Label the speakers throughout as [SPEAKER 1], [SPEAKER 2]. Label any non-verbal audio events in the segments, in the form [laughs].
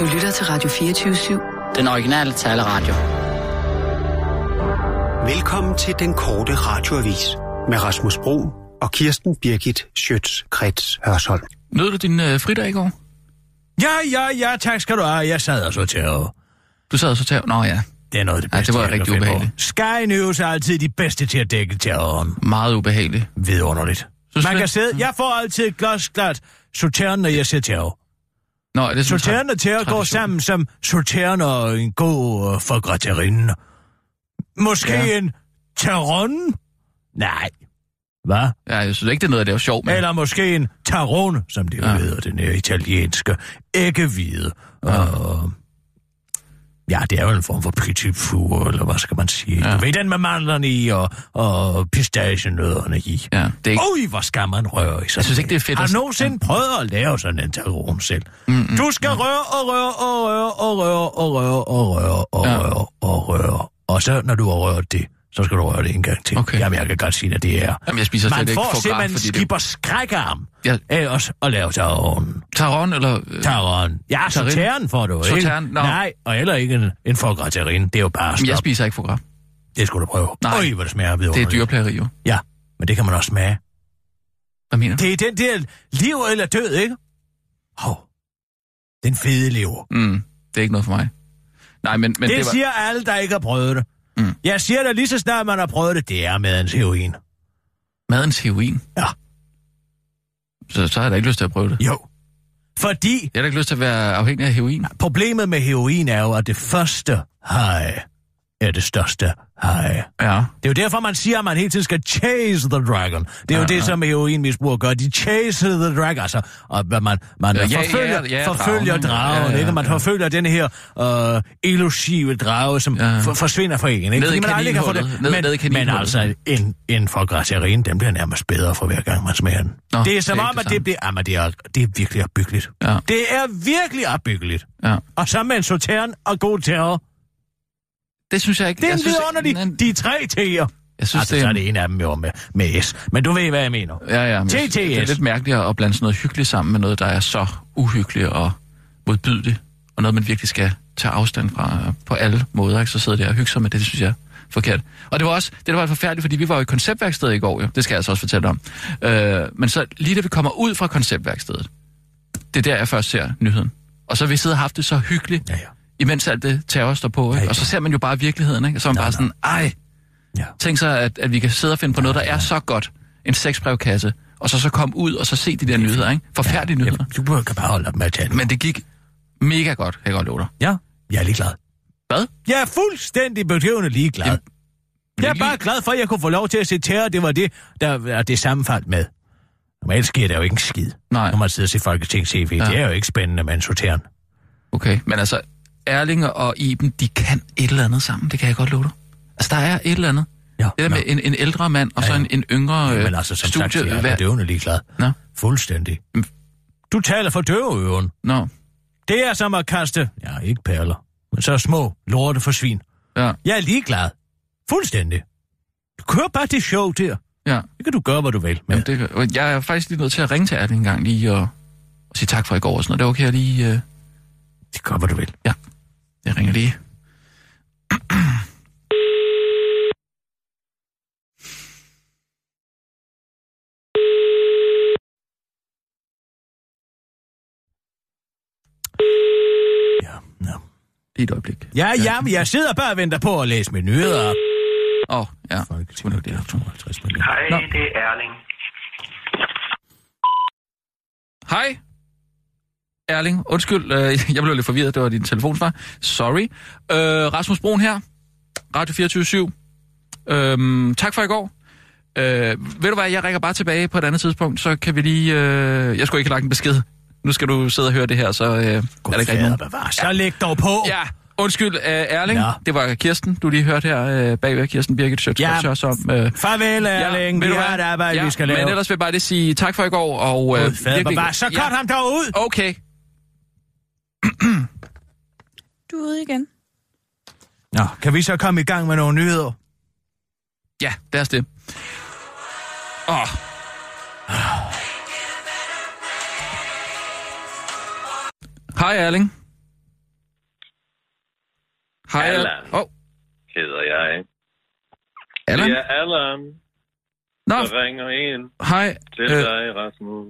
[SPEAKER 1] Du lytter til Radio 24-7.
[SPEAKER 2] Den originale taleradio.
[SPEAKER 3] Velkommen til den korte radioavis med Rasmus Bro og Kirsten Birgit Schøtz-Krets Hørsholm.
[SPEAKER 4] Nød du din øh, fridag i går?
[SPEAKER 5] Ja, ja, ja, tak skal du have. Jeg sad og så til.
[SPEAKER 4] Du sad og så til? Nå ja.
[SPEAKER 5] Det er noget af det bedste.
[SPEAKER 4] Ja, det var
[SPEAKER 5] jeg
[SPEAKER 4] rigtig
[SPEAKER 5] kan finde på.
[SPEAKER 4] ubehageligt.
[SPEAKER 5] Sky News er altid de bedste til at dække terroren.
[SPEAKER 4] Meget ubehageligt.
[SPEAKER 5] Vidunderligt.
[SPEAKER 4] Synes
[SPEAKER 5] Man
[SPEAKER 4] du
[SPEAKER 5] kan
[SPEAKER 4] det?
[SPEAKER 5] sidde, jeg får altid et glasglat sorterende, når jeg ser terror.
[SPEAKER 4] Nå, er det sådan
[SPEAKER 5] Sorterende terror går
[SPEAKER 4] Mm. tradition?
[SPEAKER 5] sammen som sorterende og en god øh, for graterinen. Måske
[SPEAKER 4] Ja.
[SPEAKER 5] ja. en taron? Nej. Hvad?
[SPEAKER 4] Ja, jeg synes ikke, det er noget af det, der er sjovt, men...
[SPEAKER 5] Eller måske en taron, som det jo
[SPEAKER 4] Ja.
[SPEAKER 5] ja. hedder, den her italienske æggehvide. Ja. Og... Ja, det er jo en form for petit four, eller hvad skal man sige.
[SPEAKER 4] Ja.
[SPEAKER 5] Ja. Du ved den med mandlerne i, og, og pistagenødderne i.
[SPEAKER 4] Ja, det er ikke...
[SPEAKER 5] Ui, hvor skal man røre i sådan
[SPEAKER 4] Jeg synes ikke, det er fedt
[SPEAKER 5] Har
[SPEAKER 4] at-
[SPEAKER 5] du nogensinde prøvet at lave sådan en taron selv? Mm, du skal røre og røre og røre og røre og røre og røre og
[SPEAKER 4] Ja.
[SPEAKER 5] røre og røre. Og så, når du har rørt det, så skal du røre det en gang til.
[SPEAKER 4] Okay.
[SPEAKER 5] Jamen, jeg kan godt sige dig, det er...
[SPEAKER 4] Jamen, jeg spiser slet
[SPEAKER 5] Man
[SPEAKER 4] ikke
[SPEAKER 5] får
[SPEAKER 4] foie gras,
[SPEAKER 5] simpelthen
[SPEAKER 4] fordi Altså, det-
[SPEAKER 5] skipper skrækkearm
[SPEAKER 4] Ja.
[SPEAKER 5] af os at lave taron.
[SPEAKER 4] Taron, eller... øh,
[SPEAKER 5] Taron. Ja,
[SPEAKER 4] Tarin.
[SPEAKER 5] sorteren får du, ikke?
[SPEAKER 4] Sauteren, nå.
[SPEAKER 5] Nej, og heller ikke en, en forgratarin. Det er jo bare
[SPEAKER 4] Jamen, jeg
[SPEAKER 5] stop.
[SPEAKER 4] spiser ikke foie gras.
[SPEAKER 5] Det skulle du prøve.
[SPEAKER 4] Nej.
[SPEAKER 5] Øj, hvor det smager
[SPEAKER 4] Det er
[SPEAKER 5] vidunderligt.
[SPEAKER 4] dyreplageri, jo.
[SPEAKER 5] Ja, men det kan man også smage.
[SPEAKER 4] Hvad mener du?
[SPEAKER 5] Det er den der liv eller død, ikke? Hov. Den fede lever.
[SPEAKER 4] Mm, det er ikke noget for mig. Nej, men, men
[SPEAKER 5] Men det,
[SPEAKER 4] det,
[SPEAKER 5] det
[SPEAKER 4] var...
[SPEAKER 5] siger alle, der ikke har prøvet det.
[SPEAKER 4] Mm.
[SPEAKER 5] Jeg siger det lige så snart, man har prøvet det. Det er med en heroin.
[SPEAKER 4] madens heroin.
[SPEAKER 5] Ja.
[SPEAKER 4] Så, så har jeg da ikke lyst til at prøve det.
[SPEAKER 5] Jo. Fordi
[SPEAKER 4] Jeg har da ikke lyst til at være afhængig af heroin.
[SPEAKER 5] problemet med heroin er jo, at det første high er det største high.
[SPEAKER 4] Ja.
[SPEAKER 5] Det er jo derfor, man siger, at man hele tiden skal chase the dragon. Det er jo
[SPEAKER 4] Ja,
[SPEAKER 5] det,
[SPEAKER 4] ja.
[SPEAKER 5] som heroinmisbrug gør. De chase the dragon, altså. Og hvad man, man
[SPEAKER 4] Ja,
[SPEAKER 5] ja,
[SPEAKER 4] ja,
[SPEAKER 5] forfølger,
[SPEAKER 4] ja, ja,
[SPEAKER 5] forfølger
[SPEAKER 4] dragen, ja.
[SPEAKER 5] dragen,
[SPEAKER 4] Ja, ja,
[SPEAKER 5] ikke? Man
[SPEAKER 4] ja.
[SPEAKER 5] forfølger den her øh, elusive drage, som
[SPEAKER 4] Ja.
[SPEAKER 5] ja. for, forsvinder fra en. Ikke?
[SPEAKER 4] Ned i
[SPEAKER 5] Fordi man aldrig kan få
[SPEAKER 4] kaninhullet.
[SPEAKER 5] det-
[SPEAKER 4] Ned- ned i
[SPEAKER 5] Men, men
[SPEAKER 4] kaninhullet.
[SPEAKER 5] altså, en, en for graterien, den bliver nærmest bedre for hver gang, man smager den.
[SPEAKER 4] Nå,
[SPEAKER 5] det er som
[SPEAKER 4] det er
[SPEAKER 5] om,
[SPEAKER 4] ikke det
[SPEAKER 5] at
[SPEAKER 4] samme.
[SPEAKER 5] det bliver... Jamen, det er, det er virkelig opbyggeligt.
[SPEAKER 4] Ja.
[SPEAKER 5] Det er virkelig opbyggeligt.
[SPEAKER 4] ja.
[SPEAKER 5] Og så med en sorteren og god terror.
[SPEAKER 4] Det synes jeg ikke.
[SPEAKER 5] Det er
[SPEAKER 4] jeg
[SPEAKER 5] en
[SPEAKER 4] synes,
[SPEAKER 5] vidunderlig... De tre T'er.
[SPEAKER 4] Jeg synes,
[SPEAKER 5] altså,
[SPEAKER 4] det
[SPEAKER 5] så
[SPEAKER 4] er...
[SPEAKER 5] er
[SPEAKER 4] en-
[SPEAKER 5] det en af dem jo med, med S. Men du ved, hvad jeg mener.
[SPEAKER 4] Ja, ja, men jeg synes, det er
[SPEAKER 5] TTS.
[SPEAKER 4] lidt mærkeligt at blande sådan noget hyggeligt sammen med noget, der er så uhyggeligt og modbydeligt, og noget, man virkelig skal tage afstand fra øh, på alle måder, ikke? så sidder der og hygger sig med det, det synes jeg er forkert. Og det var også, det der var forfærdeligt, fordi vi var jo i konceptværkstedet i går, jo. det skal jeg altså også fortælle om. Øh, men så lige da vi kommer ud fra konceptværkstedet, det er der, jeg først ser nyheden. Og så har vi siddet og haft det så hyggeligt,
[SPEAKER 5] Ja, ja.
[SPEAKER 4] imens alt det terror står på,
[SPEAKER 5] Ja,
[SPEAKER 4] ikke?
[SPEAKER 5] ja.
[SPEAKER 4] og så ser man jo bare virkeligheden, ikke? og så er man bare sådan, ej,
[SPEAKER 5] Ja.
[SPEAKER 4] Tænk så, at, at vi kan sidde og finde på noget, der er så godt. En sexbrevkasse. Og så så komme ud og så se de der nyheder, ikke? Forfærdelige
[SPEAKER 5] Ja,
[SPEAKER 4] nyheder.
[SPEAKER 5] du behøver- kan bare holde op med at tale.
[SPEAKER 4] Men det gik mega godt, kan jeg godt love dig.
[SPEAKER 5] ja, jeg er ligeglad.
[SPEAKER 4] Hvad?
[SPEAKER 5] Jeg er fuldstændig bedøvende ligeglad.
[SPEAKER 4] Jamen,
[SPEAKER 5] Jamen, jeg er
[SPEAKER 4] ikke
[SPEAKER 5] bare glad for, at jeg kunne få lov til at se terror. Det var det, der er det sammenfaldt med. Normalt sker der jo ikke en skid,
[SPEAKER 4] Nej.
[SPEAKER 5] når man sidder og ser Folketing TV. Ja. Det er jo ikke spændende med en sorteren.
[SPEAKER 4] Okay, men altså, Erling og Iben, de kan et eller andet sammen, det kan jeg godt love dig. Altså, der er et eller andet.
[SPEAKER 5] Ja,
[SPEAKER 4] Det der med en, en ældre mand og så en, en yngre øh,
[SPEAKER 5] Men altså, som
[SPEAKER 4] studie...
[SPEAKER 5] sagt, så jeg er
[SPEAKER 4] hvad-
[SPEAKER 5] bedøvende ligeglad.
[SPEAKER 4] Nå.
[SPEAKER 5] Fuldstændig. Du taler for døveøven.
[SPEAKER 4] Nå,
[SPEAKER 5] Det er som at kaste, ja, ikke perler, men så små lorte for svin.
[SPEAKER 4] ja,
[SPEAKER 5] Jeg er ligeglad. Fuldstændig. Du kører bare det show der.
[SPEAKER 4] ja.
[SPEAKER 5] Det kan du gøre, hvad du vil. Men
[SPEAKER 4] Jamen, det, kan- jeg er faktisk lige nødt til at ringe til Erling en gang lige og, og sige tak for i går og sådan noget. Det er okay, jeg lige... Øh,
[SPEAKER 5] det gør, hvad du vil.
[SPEAKER 4] Jeg ringer lige.
[SPEAKER 5] Ja, ja.
[SPEAKER 4] Lige et øjeblik.
[SPEAKER 5] ja, ja men jeg sidder bare og venter på at læse mine nyheder op.
[SPEAKER 4] Åh, oh, ja.
[SPEAKER 5] Folketinget,
[SPEAKER 4] Skulle nok det
[SPEAKER 5] det
[SPEAKER 4] have
[SPEAKER 5] er 250 millioner.
[SPEAKER 6] Hej,
[SPEAKER 4] Nå.
[SPEAKER 6] det er Erling.
[SPEAKER 4] Hej. Erling, undskyld, øh, [laughs] jeg blev lidt forvirret, det var din telefonsvar. Sorry. Øh, Rasmus Broen her, Radio 24 øhm, Tak for i går. Øh, ved du hvad, jeg ringer bare tilbage på et andet tidspunkt, så kan vi lige... Øh, jeg skulle ikke have lagt en besked. Nu skal du sidde og høre det her, så øh, er der ikke rigtig nogen...
[SPEAKER 5] nogen? Så læg dog på.
[SPEAKER 4] Ja, undskyld, øh, Erling.
[SPEAKER 5] Nå.
[SPEAKER 4] Det var Kirsten, du lige hørte her øh, bagved. Kirsten Birgit Sjøtskrets
[SPEAKER 5] Ja.
[SPEAKER 4] ja. som... Øh,
[SPEAKER 5] Farvel, Erling.
[SPEAKER 4] ved
[SPEAKER 5] vi
[SPEAKER 4] du
[SPEAKER 5] har
[SPEAKER 4] hvad?
[SPEAKER 5] et arbejde, vi skal lave.
[SPEAKER 4] Men ellers øh, vil jeg bare lige sige tak for i går, og...
[SPEAKER 5] Gud, fader bevares. Så kort ham dog ud.
[SPEAKER 4] Okay.
[SPEAKER 7] Du er ude igen.
[SPEAKER 5] Nå, kan vi så komme i gang med nogle nyheder?
[SPEAKER 4] Ja, det er det. Åh. Hej Erling. Hej.
[SPEAKER 2] Allan.
[SPEAKER 4] Åh, oh,
[SPEAKER 2] hedder jeg.
[SPEAKER 4] Allan?
[SPEAKER 2] Det er Allan,
[SPEAKER 4] Nå,
[SPEAKER 2] der ringer ind
[SPEAKER 4] hej.
[SPEAKER 2] til
[SPEAKER 4] Øh,
[SPEAKER 2] dig, Rasmus.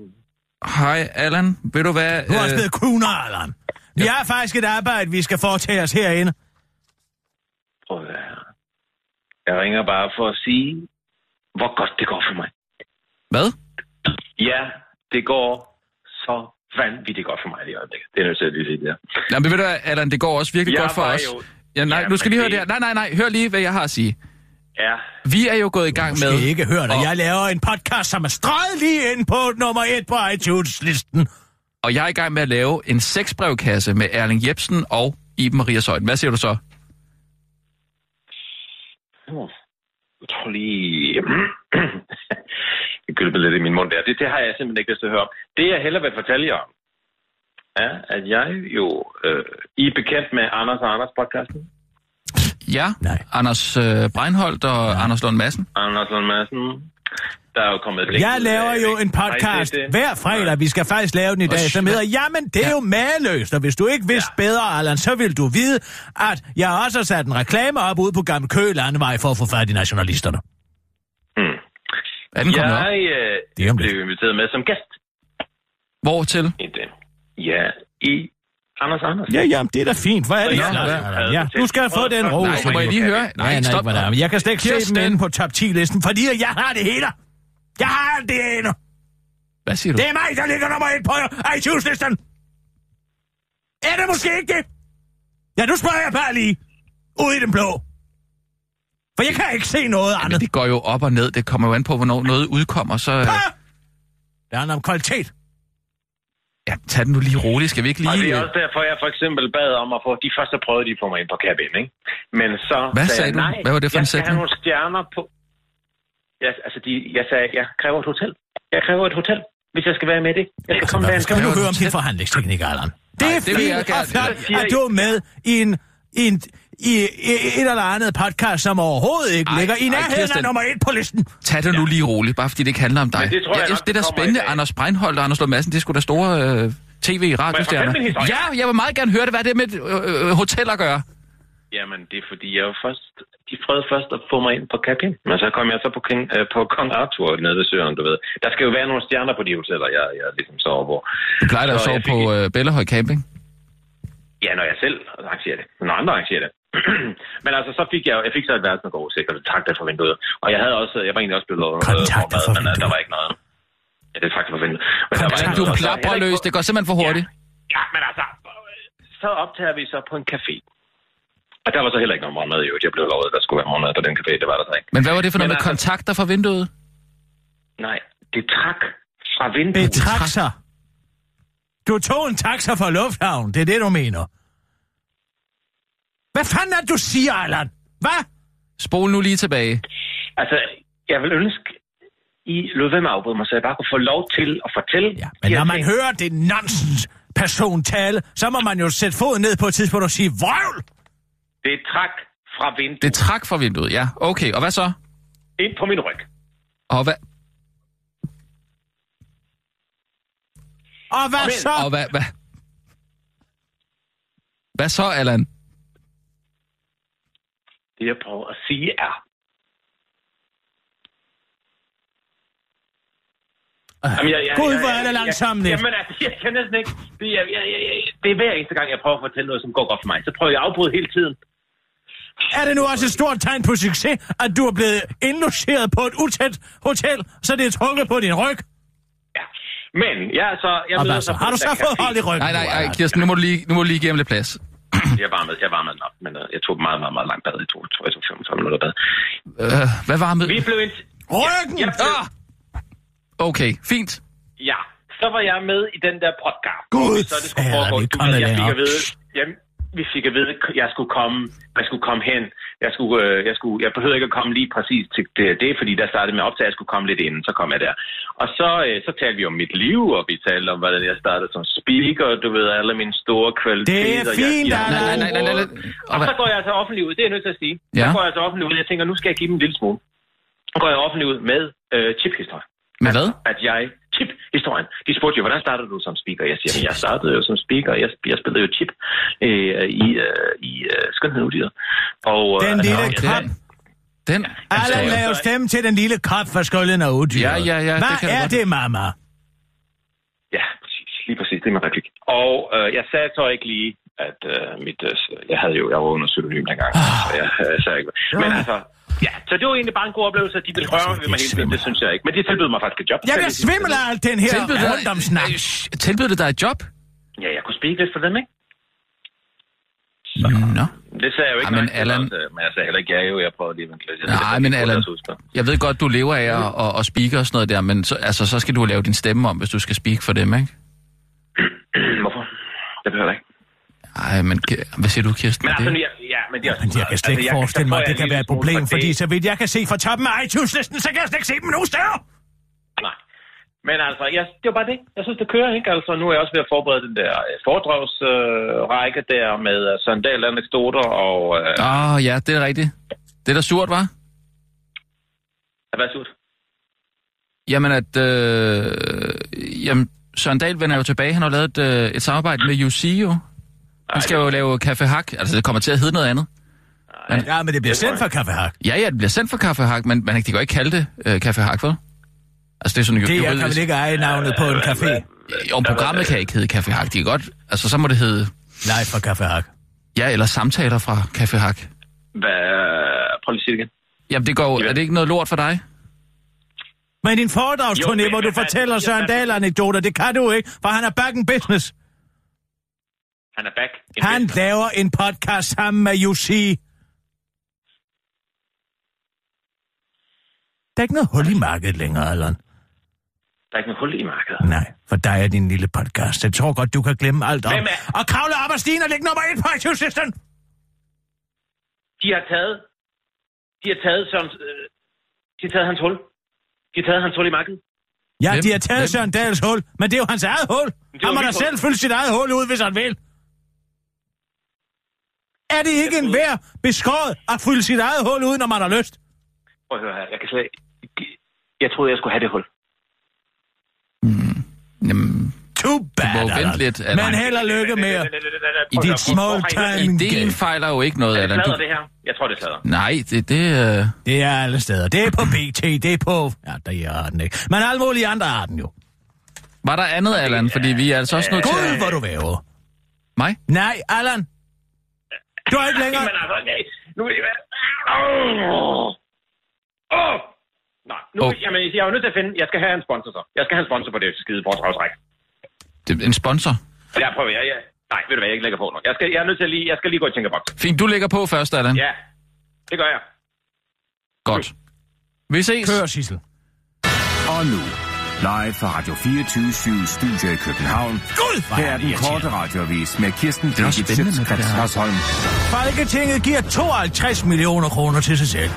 [SPEAKER 4] hej, Allan. Ved du hvad?
[SPEAKER 5] Du har også
[SPEAKER 4] øh,
[SPEAKER 5] blevet kuner, Allan. Vi har faktisk et arbejde, vi skal foretage os herinde.
[SPEAKER 2] Prøv at høre her. Jeg ringer bare for at sige, hvor godt det går for mig.
[SPEAKER 4] hvad?
[SPEAKER 2] Ja, det går så vanvittigt godt for mig i øjeblikket. Det er nødt til at lytte til det der.
[SPEAKER 4] Jamen, ved du hvad, Allan, det går også virkelig
[SPEAKER 2] Jeg
[SPEAKER 4] godt for
[SPEAKER 2] var
[SPEAKER 4] os.
[SPEAKER 2] jo-
[SPEAKER 4] Ja, nej, nu
[SPEAKER 2] Jamen,
[SPEAKER 4] skal lige høre det
[SPEAKER 2] det-
[SPEAKER 4] her. Nej, nej, nej, hør lige, hvad jeg har at sige.
[SPEAKER 2] Ja,
[SPEAKER 4] Vi er jo gået i gang
[SPEAKER 5] Måske
[SPEAKER 4] med...
[SPEAKER 5] ikke hørt, at
[SPEAKER 4] og-
[SPEAKER 5] jeg laver en podcast, som er streget lige ind på nummer et på iTunes-listen.
[SPEAKER 4] Og jeg er i gang med at lave en sexbrevkasse med Erling Jebsen og Iben Maria Søjden. Hvad siger du så?
[SPEAKER 2] jeg tror [clears throat] lige... det gølpede lidt i min mund der. Det, det har jeg simpelthen ikke lyst til at høre om. Det jeg hellere vil fortælle jer om, er, at jeg jo... Øh, I er bekendt med Anders og Anders podcasten?
[SPEAKER 4] Ja,
[SPEAKER 5] Nej.
[SPEAKER 4] Anders øh, Breinholt og Anders Lund Madsen.
[SPEAKER 2] Anders Lund Madsen. Der er jo kommet et link
[SPEAKER 5] Jeg
[SPEAKER 2] ud
[SPEAKER 5] laver
[SPEAKER 2] af-
[SPEAKER 5] jo en podcast
[SPEAKER 2] Har I set det?
[SPEAKER 5] hver fredag. Vi skal faktisk lave den i dag,
[SPEAKER 4] shit.
[SPEAKER 5] som hedder Jamen, det er jo mageløst. Og hvis du ikke vidste bedre, Allan, så vil du vide, at jeg også har sat en reklame op ude på Gamle Kø Landevej for at få fat i nationalisterne.
[SPEAKER 2] Mm.
[SPEAKER 4] Er den kommet op?
[SPEAKER 2] Jeg øh,
[SPEAKER 5] Det er om lidt.
[SPEAKER 2] blev inviteret med som gæst
[SPEAKER 4] Hvor til?
[SPEAKER 2] i den. Ja, i Anders Anders.
[SPEAKER 5] Ja, jamen, det er da fint. Hvor er det
[SPEAKER 2] Så jeg
[SPEAKER 5] flot,
[SPEAKER 2] havde-
[SPEAKER 5] Allan. Ja, du skal få den
[SPEAKER 2] Nej,
[SPEAKER 5] ro.
[SPEAKER 2] hvor
[SPEAKER 4] Nej,
[SPEAKER 2] er
[SPEAKER 4] må jeg lige høre?
[SPEAKER 5] Nej, nej, stop. Nej, jeg kan slet ikke se
[SPEAKER 4] Kirsten.
[SPEAKER 5] den inde på top 10-listen, fordi jeg har det hele. Jeg har alt det ene.
[SPEAKER 4] Hvad siger du?
[SPEAKER 5] Det er mig, der ligger nummer et på iTunes-listen. Er det måske ikke det? Ja, nu spørger jeg bare lige. Ud i den blå. For jeg kan ikke se noget
[SPEAKER 4] Jamen,
[SPEAKER 5] andet.
[SPEAKER 4] det går jo op og ned. Det kommer jo an på, hvornår noget udkommer. Så øh,
[SPEAKER 5] Ah! Det handler om kvalitet.
[SPEAKER 4] ja, tag den nu lige roligt. Skal vi ikke
[SPEAKER 2] Og det
[SPEAKER 4] lige...
[SPEAKER 2] er
[SPEAKER 4] øh,
[SPEAKER 2] også derfor, jeg for eksempel bad om at få... De første prøvede de på mig ind på cabin, ikke? Men så
[SPEAKER 4] Hvad
[SPEAKER 2] sagde
[SPEAKER 4] sagde
[SPEAKER 2] jeg,
[SPEAKER 4] du?
[SPEAKER 2] nej,
[SPEAKER 4] Hvad var det for
[SPEAKER 2] jeg
[SPEAKER 4] en
[SPEAKER 2] skal
[SPEAKER 4] sætning?
[SPEAKER 2] have nogle stjerner på... Ja, altså, de, jeg sagde, jeg kræver et hotel. Jeg kræver et hotel, hvis jeg skal være med i det. Jeg skal komme
[SPEAKER 5] Altså, Hvad
[SPEAKER 2] derind.
[SPEAKER 5] skal vi nu
[SPEAKER 4] Kræver
[SPEAKER 5] høre om
[SPEAKER 4] du
[SPEAKER 5] din
[SPEAKER 4] tæt?
[SPEAKER 5] forhandlingsteknik, Allan? Det
[SPEAKER 4] Nej,
[SPEAKER 5] er
[SPEAKER 4] det vil jeg
[SPEAKER 5] fint
[SPEAKER 4] gerne.
[SPEAKER 5] og flot,
[SPEAKER 2] Jeg siger
[SPEAKER 5] at
[SPEAKER 2] ikke-
[SPEAKER 5] du er med i en, i en i, i et eller andet podcast, som overhovedet ikke
[SPEAKER 4] Ej,
[SPEAKER 5] ligger i
[SPEAKER 4] ej,
[SPEAKER 5] nærheden af
[SPEAKER 4] Kirsten.
[SPEAKER 5] nummer et på listen.
[SPEAKER 4] Tag det nu lige roligt, bare fordi det ikke handler om dig.
[SPEAKER 2] Men det tror jeg
[SPEAKER 4] ja,
[SPEAKER 2] nok,
[SPEAKER 4] det er da
[SPEAKER 2] det kommer
[SPEAKER 4] spændende.
[SPEAKER 2] i dag.
[SPEAKER 4] Anders Breinholt og Anders Lund Madsen, det er sgu da store øh,
[SPEAKER 2] Må jeg fortælle min
[SPEAKER 4] tv-radiostjerner.
[SPEAKER 2] historie?
[SPEAKER 4] Ja, jeg vil meget gerne høre det. Hvad er det med øh, øh, hotel at gøre?
[SPEAKER 2] Jamen, det er fordi, jeg var først... De prøvede først at få mig ind på Capin. Men så kom jeg så på, King, øh, på Kong Arthur nede ved søerne, du ved. Der skal jo være nogle stjerner på de hoteller, jeg, jeg ligesom sover på.
[SPEAKER 4] Du plejer da at
[SPEAKER 2] Så
[SPEAKER 4] sove
[SPEAKER 2] jeg fik
[SPEAKER 4] på øh, Bellahøj Camping.
[SPEAKER 2] Ja, når jeg selv arrangerer det. Når andre arrangerer det. [clears throat] Men altså, så fik jeg, jeg fik så et værelse med god udsigt, og det trak der for vinduet. Og jeg havde også, jeg var egentlig også blevet lovet
[SPEAKER 5] Kontakt
[SPEAKER 2] øh, forberedt,
[SPEAKER 5] dig fra vinduet.
[SPEAKER 2] men øh, der var ikke noget. Ja, det trak der for vinduet. Men der var
[SPEAKER 4] Kontakt,
[SPEAKER 2] ikke
[SPEAKER 4] du
[SPEAKER 2] noget. Så
[SPEAKER 4] plapper
[SPEAKER 2] heller ikke
[SPEAKER 4] løs.
[SPEAKER 2] på-
[SPEAKER 4] Det går simpelthen for hurtigt.
[SPEAKER 2] Ja, men altså, øh, så optager vi så på en café. Og der var så heller ikke nogen morgenmad i øvrigt. Jeg blev lovet, at der skulle være morgenmad på den café. Det var der så ikke.
[SPEAKER 4] Men hvad var det for
[SPEAKER 2] Men
[SPEAKER 4] noget med
[SPEAKER 2] altså-
[SPEAKER 4] kontakter fra vinduet?
[SPEAKER 2] Nej, det trak fra vinduet.
[SPEAKER 5] Betrak sig. Du tog en taxa fra Lufthavn, det er det, du mener. Hvad fanden er det, du siger, Allan? Hvad?
[SPEAKER 4] Spol nu lige tilbage.
[SPEAKER 2] Altså, jeg vil ønske, I lød ved med at afbryde mig, så jeg bare kunne få lov til at fortælle.
[SPEAKER 5] Ja,
[SPEAKER 2] de
[SPEAKER 5] men
[SPEAKER 2] her
[SPEAKER 5] når man
[SPEAKER 2] ting.
[SPEAKER 5] hører det nonsens person tale, så må man jo sætte foden ned på et tidspunkt og sige, vrøvl!
[SPEAKER 2] Det trak fra vinduet
[SPEAKER 4] Det trak fra vinduet, ja. Okay, og hvad så?
[SPEAKER 2] ind på min ryg.
[SPEAKER 4] Og hvad,
[SPEAKER 5] Og hvad
[SPEAKER 2] Men-
[SPEAKER 5] så?
[SPEAKER 4] og hvad, hvad? Hvad så, Allan?
[SPEAKER 2] Det jeg prøver at sige er, Jamen, jeg, jeg,
[SPEAKER 5] Gud,
[SPEAKER 2] jeg-
[SPEAKER 5] hvor er
[SPEAKER 2] jeg-
[SPEAKER 5] det
[SPEAKER 2] jeg-
[SPEAKER 5] langsomt,
[SPEAKER 2] jeg-
[SPEAKER 5] Nick.
[SPEAKER 2] Jamen, altså, jeg kan næsten ikke. Det, jeg, jeg, jeg, jeg, det er hver eneste gang, jeg prøver at fortælle noget, som går godt for mig. Så prøver jeg at afbryde hele tiden.
[SPEAKER 5] Er det nu også et stort tegn på succes, at du er blevet indlogeret på et utæt hotel, så det er trukket på din ryg?
[SPEAKER 2] Ja. Men jeg er så... Jeg
[SPEAKER 5] Og
[SPEAKER 2] møder
[SPEAKER 5] hvad så?
[SPEAKER 2] på
[SPEAKER 5] Har du
[SPEAKER 2] den
[SPEAKER 5] så
[SPEAKER 2] der
[SPEAKER 5] fået
[SPEAKER 2] café.
[SPEAKER 5] hold i ryggen?
[SPEAKER 4] Nej, nej,
[SPEAKER 5] nu,
[SPEAKER 4] nej,
[SPEAKER 5] Allan?
[SPEAKER 4] Kirsten, nu må du lige, nu må du lige give ham lidt plads.
[SPEAKER 2] Jeg var med, jeg var med den op, men øh, jeg tog et meget, meget, meget langt bad. Jeg tog, tror, jeg tog 45 minutter bad.
[SPEAKER 4] Øh, hvad var med?
[SPEAKER 2] Vi blev ind...
[SPEAKER 5] Ryggen!
[SPEAKER 2] Jeg blev,
[SPEAKER 4] Ah! Okay, fint.
[SPEAKER 2] Ja, så var jeg med i den der podcast.
[SPEAKER 5] Gud,
[SPEAKER 2] så det skulle
[SPEAKER 5] fader,
[SPEAKER 2] foregå.
[SPEAKER 5] vi
[SPEAKER 2] Du
[SPEAKER 5] kommer
[SPEAKER 2] ved, jeg fik
[SPEAKER 5] derop.
[SPEAKER 2] at vide, jamen, vi fik at vide, at jeg skulle komme, jeg skulle komme hen. Jeg, skulle, øh, jeg, skulle, jeg behøvede ikke at komme lige præcis til det, det fordi der startede med optag, jeg skulle komme lidt inden, så kom jeg der. Og så, øh, så talte vi om mit liv, og vi talte om, hvordan jeg startede som speaker, du ved, alle mine store kvaliteter.
[SPEAKER 5] fint,
[SPEAKER 2] jeg,
[SPEAKER 5] Allan.
[SPEAKER 4] Nej, nej, nej, nej, nej.
[SPEAKER 2] Og så går jeg altså offentlig ud, det er jeg nødt til at sige. Ja. Så
[SPEAKER 4] Ja.
[SPEAKER 2] går jeg altså offentlig ud, jeg tænker, nu skal jeg give dem en lille smule. Så går jeg offentlig ud med øh, chiphistorie.
[SPEAKER 4] Med hvad?
[SPEAKER 2] at jeg... Chip, historien. De spurgte jo, hvordan startede du som speaker? Jeg siger, men jeg startede jo som speaker. Jeg, jeg spillede jo chip øh, i, øh, i øh, Skønheden Udyret. Og, øh,
[SPEAKER 5] Den lille
[SPEAKER 4] den-
[SPEAKER 5] kram.
[SPEAKER 4] Den
[SPEAKER 5] Allan
[SPEAKER 4] historie.
[SPEAKER 5] laver stemme til den lille krop fra skulden og uddyret.
[SPEAKER 4] Ja, ja, ja, det
[SPEAKER 5] Hvad
[SPEAKER 4] kan du
[SPEAKER 5] er
[SPEAKER 4] godt.
[SPEAKER 5] det, mamma?
[SPEAKER 2] Ja, præcis. Lige præcis. Det er min replik. Og øh, jeg sagde så ikke lige, at øh, mit... Øh, jeg havde jo... Jeg var under pseudonym dengang. Så
[SPEAKER 4] Ah.
[SPEAKER 2] jeg øh, sagde ikke... Men altså... Ja, så det var egentlig bare en god oplevelse, at de ville røre ved mig hele tiden. Det synes jeg ikke. Men de tilbød mig faktisk et job.
[SPEAKER 5] Jeg bliver svimmel af alt den her
[SPEAKER 4] Tilbød dig-
[SPEAKER 5] rundt om snak.
[SPEAKER 4] Øh, sh- Tilbød det dig et job?
[SPEAKER 2] Ja, jeg kunne speak lidt for dem, ikke?
[SPEAKER 4] Nå.
[SPEAKER 2] Det sagde jeg jo ikke.
[SPEAKER 4] Ej, men
[SPEAKER 2] nej,
[SPEAKER 4] Allan-
[SPEAKER 2] altså, Men jeg sagde heller ikke, jeg er jo, jeg prøvede lige at vente lidt. Jeg tænkte,
[SPEAKER 4] Nej,
[SPEAKER 2] jeg Mm.
[SPEAKER 4] men
[SPEAKER 2] kunne
[SPEAKER 4] Allan,
[SPEAKER 2] også huske det.
[SPEAKER 4] jeg ved godt, du lever af at, at, at speak og sådan noget der, men så, altså, så skal du lave din stemme om, hvis du skal speak for dem, ikke?
[SPEAKER 2] Hvorfor? Det behøver jeg ikke.
[SPEAKER 4] Nej, men Ki- hvad siger du, Kirsten?
[SPEAKER 2] Men
[SPEAKER 4] Er
[SPEAKER 2] altså,
[SPEAKER 4] det?
[SPEAKER 2] ja, ja, men det er også...
[SPEAKER 5] Men Altså, jeg kan slet ikke
[SPEAKER 2] jeg-
[SPEAKER 5] forestille
[SPEAKER 2] der
[SPEAKER 5] mig,
[SPEAKER 2] får
[SPEAKER 5] at det
[SPEAKER 2] jeg en
[SPEAKER 5] kan være
[SPEAKER 2] lille
[SPEAKER 5] et
[SPEAKER 2] smule
[SPEAKER 5] problem,
[SPEAKER 2] fra
[SPEAKER 5] fordi
[SPEAKER 2] det.
[SPEAKER 5] så vidt jeg kan se fra toppen af iTunes-listen, så kan jeg slet ikke se dem nogen steder.
[SPEAKER 2] Nej. Men altså, jeg, det var bare det. Jeg synes, det kører, ikke? Altså, nu er jeg også ved at forberede den der øh, foredragsrække øh, række der med øh, Søndal anekdoter og... Øh,
[SPEAKER 4] Åh, oh, ja, det er rigtigt. Det er da surt, var?
[SPEAKER 2] hvad er surt?
[SPEAKER 4] Jamen, at... Øh, jamen, Søren Dahl vender jo tilbage. Han har lavet et, øh, et samarbejde med UC, jo. Han skal jo lave Café Hak. Altså, det kommer til at hedde noget andet.
[SPEAKER 5] Ja, men det bliver sendt fra Kaffe Hak.
[SPEAKER 4] Ja, ja, det bliver sendt for Café Hak, men man, de kan jo ikke kalde det øh, Café Hak, vel? Altså, det er sådan jo,
[SPEAKER 5] Det jeg kan
[SPEAKER 4] juridisk.
[SPEAKER 5] vel ikke eje navnet på en café.
[SPEAKER 4] Jo, programmet kan ikke hedde Café Hak. De kan godt... Altså, så må det hedde...
[SPEAKER 5] Nej, fra Kaffe Hak.
[SPEAKER 4] Ja, eller samtaler fra Café Hak.
[SPEAKER 2] Hvad... Prøv lige at sige det igen.
[SPEAKER 4] Jamen, det går,
[SPEAKER 2] Ja.
[SPEAKER 4] er det ikke noget lort for dig?
[SPEAKER 5] Men din
[SPEAKER 2] Jo,
[SPEAKER 5] foredragsturné,
[SPEAKER 2] men-
[SPEAKER 5] hvor du
[SPEAKER 2] men-
[SPEAKER 5] fortæller
[SPEAKER 2] men-
[SPEAKER 5] Søren
[SPEAKER 2] men-
[SPEAKER 5] Dahl-anekdoter, det kan du ikke, for han er back in business.
[SPEAKER 2] Han er back.
[SPEAKER 5] Han
[SPEAKER 2] Investor.
[SPEAKER 5] laver en podcast sammen med UC. Der er ikke noget hul i markedet længere, Allan.
[SPEAKER 2] Der er ikke noget hul i markedet.
[SPEAKER 5] Nej, for dig er din lille podcast. Jeg tror godt, du kan glemme alt om.
[SPEAKER 2] Hvem er-
[SPEAKER 5] Og kravle op ad stigen og lægge nummer et på iTunes-listen.
[SPEAKER 2] De har taget... De har taget Søren... Øh, de har taget hans hul. De har taget hans hul i markedet.
[SPEAKER 5] Ja,
[SPEAKER 4] Hvem?
[SPEAKER 5] de har taget
[SPEAKER 4] Hvem?
[SPEAKER 5] Søren Dahls hul, men det er jo hans eget hul.
[SPEAKER 2] var
[SPEAKER 5] Han må da
[SPEAKER 2] mit hul.
[SPEAKER 5] selv fylde sit eget hul ud, hvis han vil. Er det ikke en vær beskåret at fylde sit eget hul ud, når man har lyst?
[SPEAKER 2] Prøv at høre her. Jeg kan slet... ikke- Jeg troede, jeg skulle have det hul.
[SPEAKER 4] Jamen,
[SPEAKER 5] Too bad,
[SPEAKER 4] må jo
[SPEAKER 5] Allan.
[SPEAKER 4] vente lidt, Allan.
[SPEAKER 5] Men held og lykke med jer. I dit small time
[SPEAKER 4] ideen
[SPEAKER 5] game.
[SPEAKER 4] fejler jo ikke noget,
[SPEAKER 2] Er det
[SPEAKER 4] Allan.
[SPEAKER 2] sladder,
[SPEAKER 4] Du...
[SPEAKER 2] det her? Jeg tror, det er sladder.
[SPEAKER 4] Nej, det, det, øh...
[SPEAKER 5] Det er alle steder. Det er på BT, det er på... Ja, der er den ikke. Men alle mulige andre har den jo.
[SPEAKER 4] Var der andet, Allan? Fordi vi er altså også nødt til...
[SPEAKER 5] Gud, hvor du væver.
[SPEAKER 4] Mig?
[SPEAKER 5] Nej, Allan. Du er ikke længere...
[SPEAKER 2] Jamen altså, nej. Nu vil jeg... Åh! Åh! Nej, nu,
[SPEAKER 4] Åh.
[SPEAKER 2] jamen, jeg er jo nødt til at finde... Jeg skal have en sponsor så. Jeg skal have en sponsor på det skide foredragsræk.
[SPEAKER 4] Det er en sponsor.
[SPEAKER 2] Jeg prøver, jeg, jeg... Nej, ved du hvad, jeg ikke lægger på nu. Jeg skal, jeg er nødt til at lige... Jeg skal lige gå og tænke boks.
[SPEAKER 4] Fint, du lægger på først, Allan.
[SPEAKER 2] Ja, det gør jeg.
[SPEAKER 4] Godt. Vi ses.
[SPEAKER 5] Kør, Sissel.
[SPEAKER 6] Og nu, live fra Radio 24 Studio i København.
[SPEAKER 5] Gud, hvor
[SPEAKER 6] Her
[SPEAKER 5] er
[SPEAKER 6] er
[SPEAKER 5] det
[SPEAKER 6] den korte
[SPEAKER 5] irriterende.
[SPEAKER 6] radiovis med Kirsten
[SPEAKER 4] er også
[SPEAKER 6] Birgit
[SPEAKER 4] spændende med det
[SPEAKER 6] Schøtzgrads
[SPEAKER 4] her.
[SPEAKER 6] Hasholm.
[SPEAKER 5] Folketinget giver 52 millioner kroner til sig selv.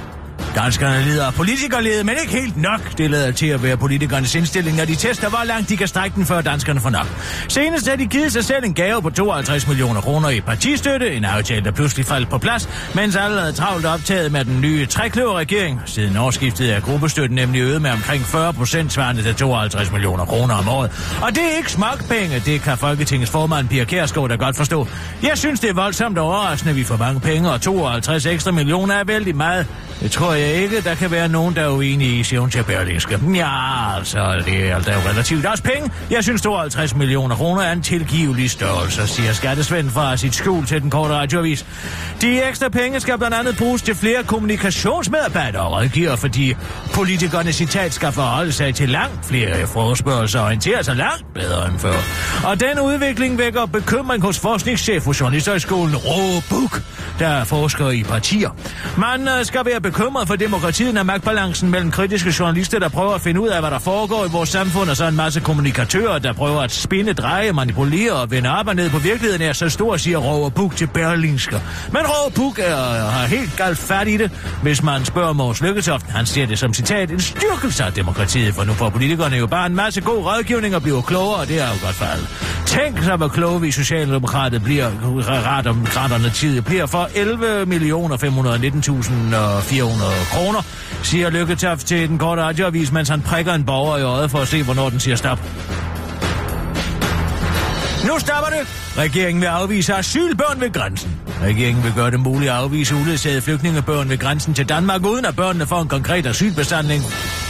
[SPEAKER 5] Danskerne lider af politikerlede, men ikke helt nok. Det lader til at være politikernes indstilling, når de tester, hvor langt de kan strække den, før danskerne får nok. Senest har de givet sig selv en gave på 52 millioner kroner i partistøtte, en aftale, der pludselig faldt på plads, mens alle havde travlt optaget med den nye trekløverregering. Siden årsskiftet er gruppestøtten nemlig øget med omkring 40 procent, svarende til 52 millioner kroner om året. Og det er ikke småpenge, det kan Folketingets formand Pia Kjærsgaard da godt forstå. Jeg synes, det er voldsomt overraskende, at vi får mange penge, og 52 ekstra millioner er vældig meget. Det tror jeg ikke, der kan være nogen, der er uenige i, siger hun til Berlingske. Ja, altså, det er da relativt også penge. Jeg synes, 52 millioner kroner er en tilgivelig størrelse, siger skattesvend fra sit skjul til den korte radioavis. De ekstra penge skal blandt andet bruges til flere kommunikationsmedarbejdere og rådgiver, fordi politikerne, citat, skal forholde sig til langt flere forespørgelser og orientere sig langt bedre end før. Og den udvikling vækker bekymring hos forskningschef hos Journalisthøjskolen Råbuk, der forsker i partier. Man øh, skal være bekymret for demokratiet, når magtbalancen mellem kritiske journalister, der prøver at finde ud af, hvad der foregår i vores samfund, og så en masse kommunikatører, der prøver at spinde, dreje, manipulere og vende op og ned på virkeligheden, er så stor, siger Råbuk til Berlingske. Men Råbuk er, har helt galt fat i det, hvis man spørger Mås Lykketoft. Han ser det som citat en styrkelse af demokratiet, for nu får politikerne jo bare en masse god rådgivning og bliver klogere, og det er jo godt for alle. Tænk så, hvor kloge vi socialdemokrater bliver, ret om grætterne tid bliver for 11.519.400 kroner, siger Lykketoft til den korte radioavis, mens han prikker en borger i øjet for at se, hvornår den siger stop. Nu stopper det! Regeringen vil afvise asylbørn ved grænsen. Regeringen vil gøre det muligt at afvise uledsagede flygtningebørn ved grænsen til Danmark, uden at børnene får en konkret asylbestandning.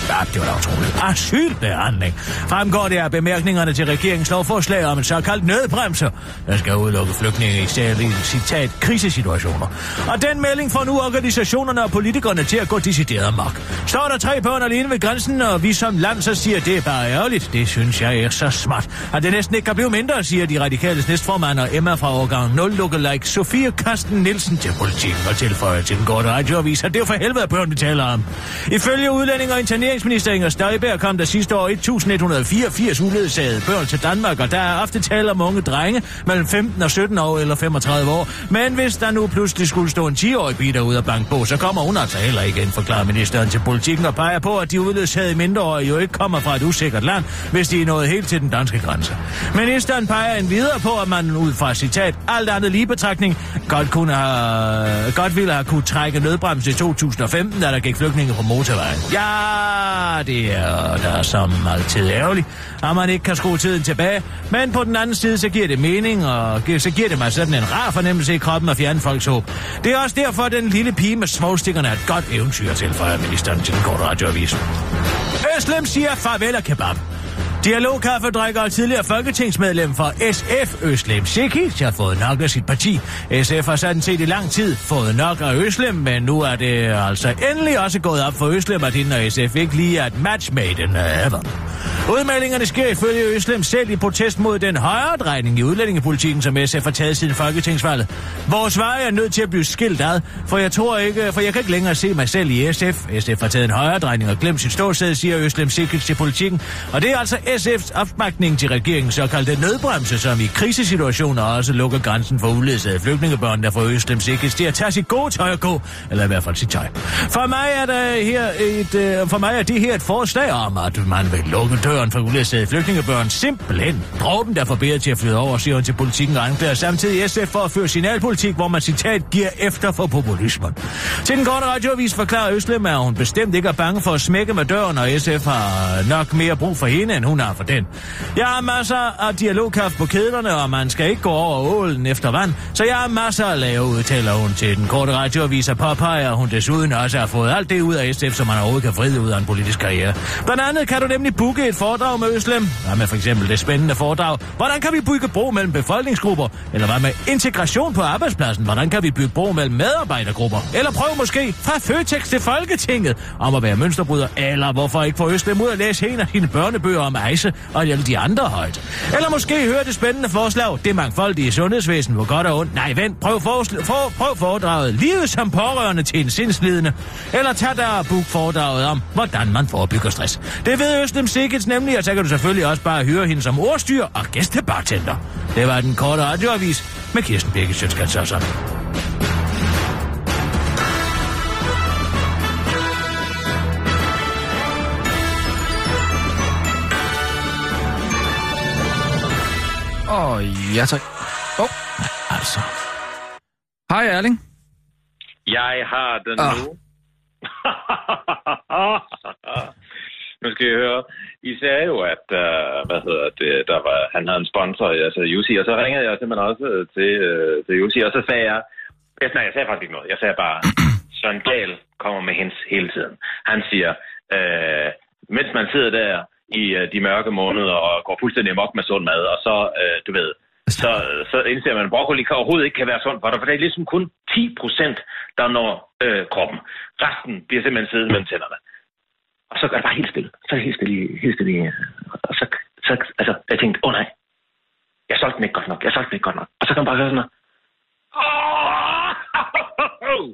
[SPEAKER 5] Ja, det var da utroligt. Asylbehandling. Fremgår det af bemærkningerne til regeringens lovforslag om en såkaldt nødbremse, der skal udelukke flygtninge i særlige, citat, krisesituationer. Og den melding får nu organisationerne og politikerne til at gå decideret amok. Står der tre børn alene ved grænsen, og vi som land så siger, det er bare ærgerligt. Det synes jeg er så smart. Og det næsten ikke kan blive mindre, siger de radikale næstformand og Emma fra årgang 0 lookalike Sofie Karsten Nielsen til politikken og tilføjer til den korte radioavis, at det er for helvede børn, vi taler om. Ifølge udlænding og interneringsminister Inger Støjberg kom der sidste år 1184 uledsagede børn til Danmark, og der er ofte tale om unge drenge mellem 15 og 17 år eller 35 år. Men hvis der nu pludselig skulle stå en 10-årig biter ud af bankbog, så kommer hun altså heller ikke ind, forklarer ministeren til politikken og peger på, at de uledsagede mindreårige jo ikke kommer fra et usikkert land, hvis de er nået helt til den danske grænse. Ministeren peger en videre på, at man ud fra citat, alt andet ligebetragtning, godt, kunne have, godt ville have kunne trække nødbremsen i 2015, da der gik flygtninge på motorvejen. Ja, det er da som altid ærgerligt, at man ikke kan skrue tiden tilbage, men på den anden side, så giver det mening, og gi- så giver det mig sådan en rar fornemmelse i kroppen at fjerne folks håb. Det er også derfor, at den lille pige med svogstikkerne er et godt eventyr, tilføjer ministeren til den korte radioavis. Øslem Øh, siger farvel og kebab. Dialogkaffedrikker og tidligere folketingsmedlem for SF, Øslem Sikic, har fået nok af sit parti. SF har sådan set i lang tid fået nok af Øslem, men nu er det altså endelig også gået op for Øslem, at hende og SF ikke lige er et match made in heaven. Udmeldingerne sker ifølge Øslem selv i protest mod den højre drejning i udlændingepolitikken, som SF har taget siden folketingsvalget. Vores veje er nødt til at blive skilt ad, for jeg tror ikke, for jeg kan ikke længere se mig selv i SF. SF har taget en højre drejning og glemt sit ståsted, siger Øslem Sikic til politikken. Og det er altså SF's opbakning til regeringens såkaldte nødbremse, som i krisesituationer også lukker grænsen for uledsagede flygtningebørn, der får Øslem Sikic til at tage sit gode tøj og gå, eller i hvert fald sit tøj. For mig er, der her et, øh, for mig er det her et forslag om, at man vil lukke døren for uledsagede flygtningebørn simpelthen. Dråben, der får bedre til at flyde over, siger hun til politikken og anklager samtidig SF for at føre signalpolitik, hvor man citat giver efter for populismen. Til den korte radioavis forklarer Øslem, at hun bestemt ikke er bange for at smække med døren, og SF har nok mere brug for hende, end hun har for den. Jeg har masser af dialogkaffe på kedlerne, og man skal ikke gå over ålen efter vand, så jeg har masser at lave, udtaler hun til den korte radioavis og påpeger, at hun desuden også har fået alt det ud af SF, som man overhovedet kan vride ud af en politisk karriere. Blandt andet kan du nemlig booke et foredrag med Øslem. Hvad med for eksempel det spændende foredrag? Hvordan kan vi bygge bro mellem befolkningsgrupper? Eller hvad med integration på arbejdspladsen? Hvordan kan vi bygge bro mellem medarbejdergrupper? Eller prøv måske fra Føtex til Folketinget om at være mønsterbryder, eller hvorfor ikke få Øslem ud at læse en af sine børnebøger om Ejse og alle de andre højt? Eller måske høre det spændende forslag, det mangfoldige sundhedsvæsen, hvor godt og ondt. Nej, vent, prøv, forsl- for, prøv foredraget Livet som pårørende til en sindslidende. Eller tag der og book foredraget om, hvordan man forebygger stress. Det ved Øslem Sikkels nemlig, og så kan du selvfølgelig også bare høre hende som ordstyr og gæstebartender. Det var den korte radioavis med Kirsten Birke Sjøtskansørsson.
[SPEAKER 4] Åh, oh, ja tak. Åh, oh, altså. Hej Erling.
[SPEAKER 2] Jeg har den
[SPEAKER 4] Ah.
[SPEAKER 2] nu. [laughs] nu skal I høre. I sagde jo, at uh, hvad hedder det, der var, han havde en sponsor, altså Jussi, og så ringede jeg simpelthen også øh, til, uh, til Jussi, og så sagde jeg, jeg, nej, jeg sagde faktisk ikke noget. Jeg sagde bare, Søren Dahl kommer med hens hele tiden. Han siger, øh, mens man sidder der i øh, de mørke måneder og går fuldstændig mok med sund mad, og så, øh, du ved, så, så indser man, at broccoli kan overhovedet ikke kan være sund for dig, for det er ligesom kun 10 procent, der når øh, kroppen. Resten bliver simpelthen siddet mellem tænderne. Og så gør det bare helt stille. Så er det helt stille. i- Helt stille. i- øh, Og så, så altså, jeg tænkte, åh oh, nej, jeg solgte den ikke godt nok. Jeg solgte den ikke godt nok. Og så kan man bare høre sådan noget. [laughs] Åh!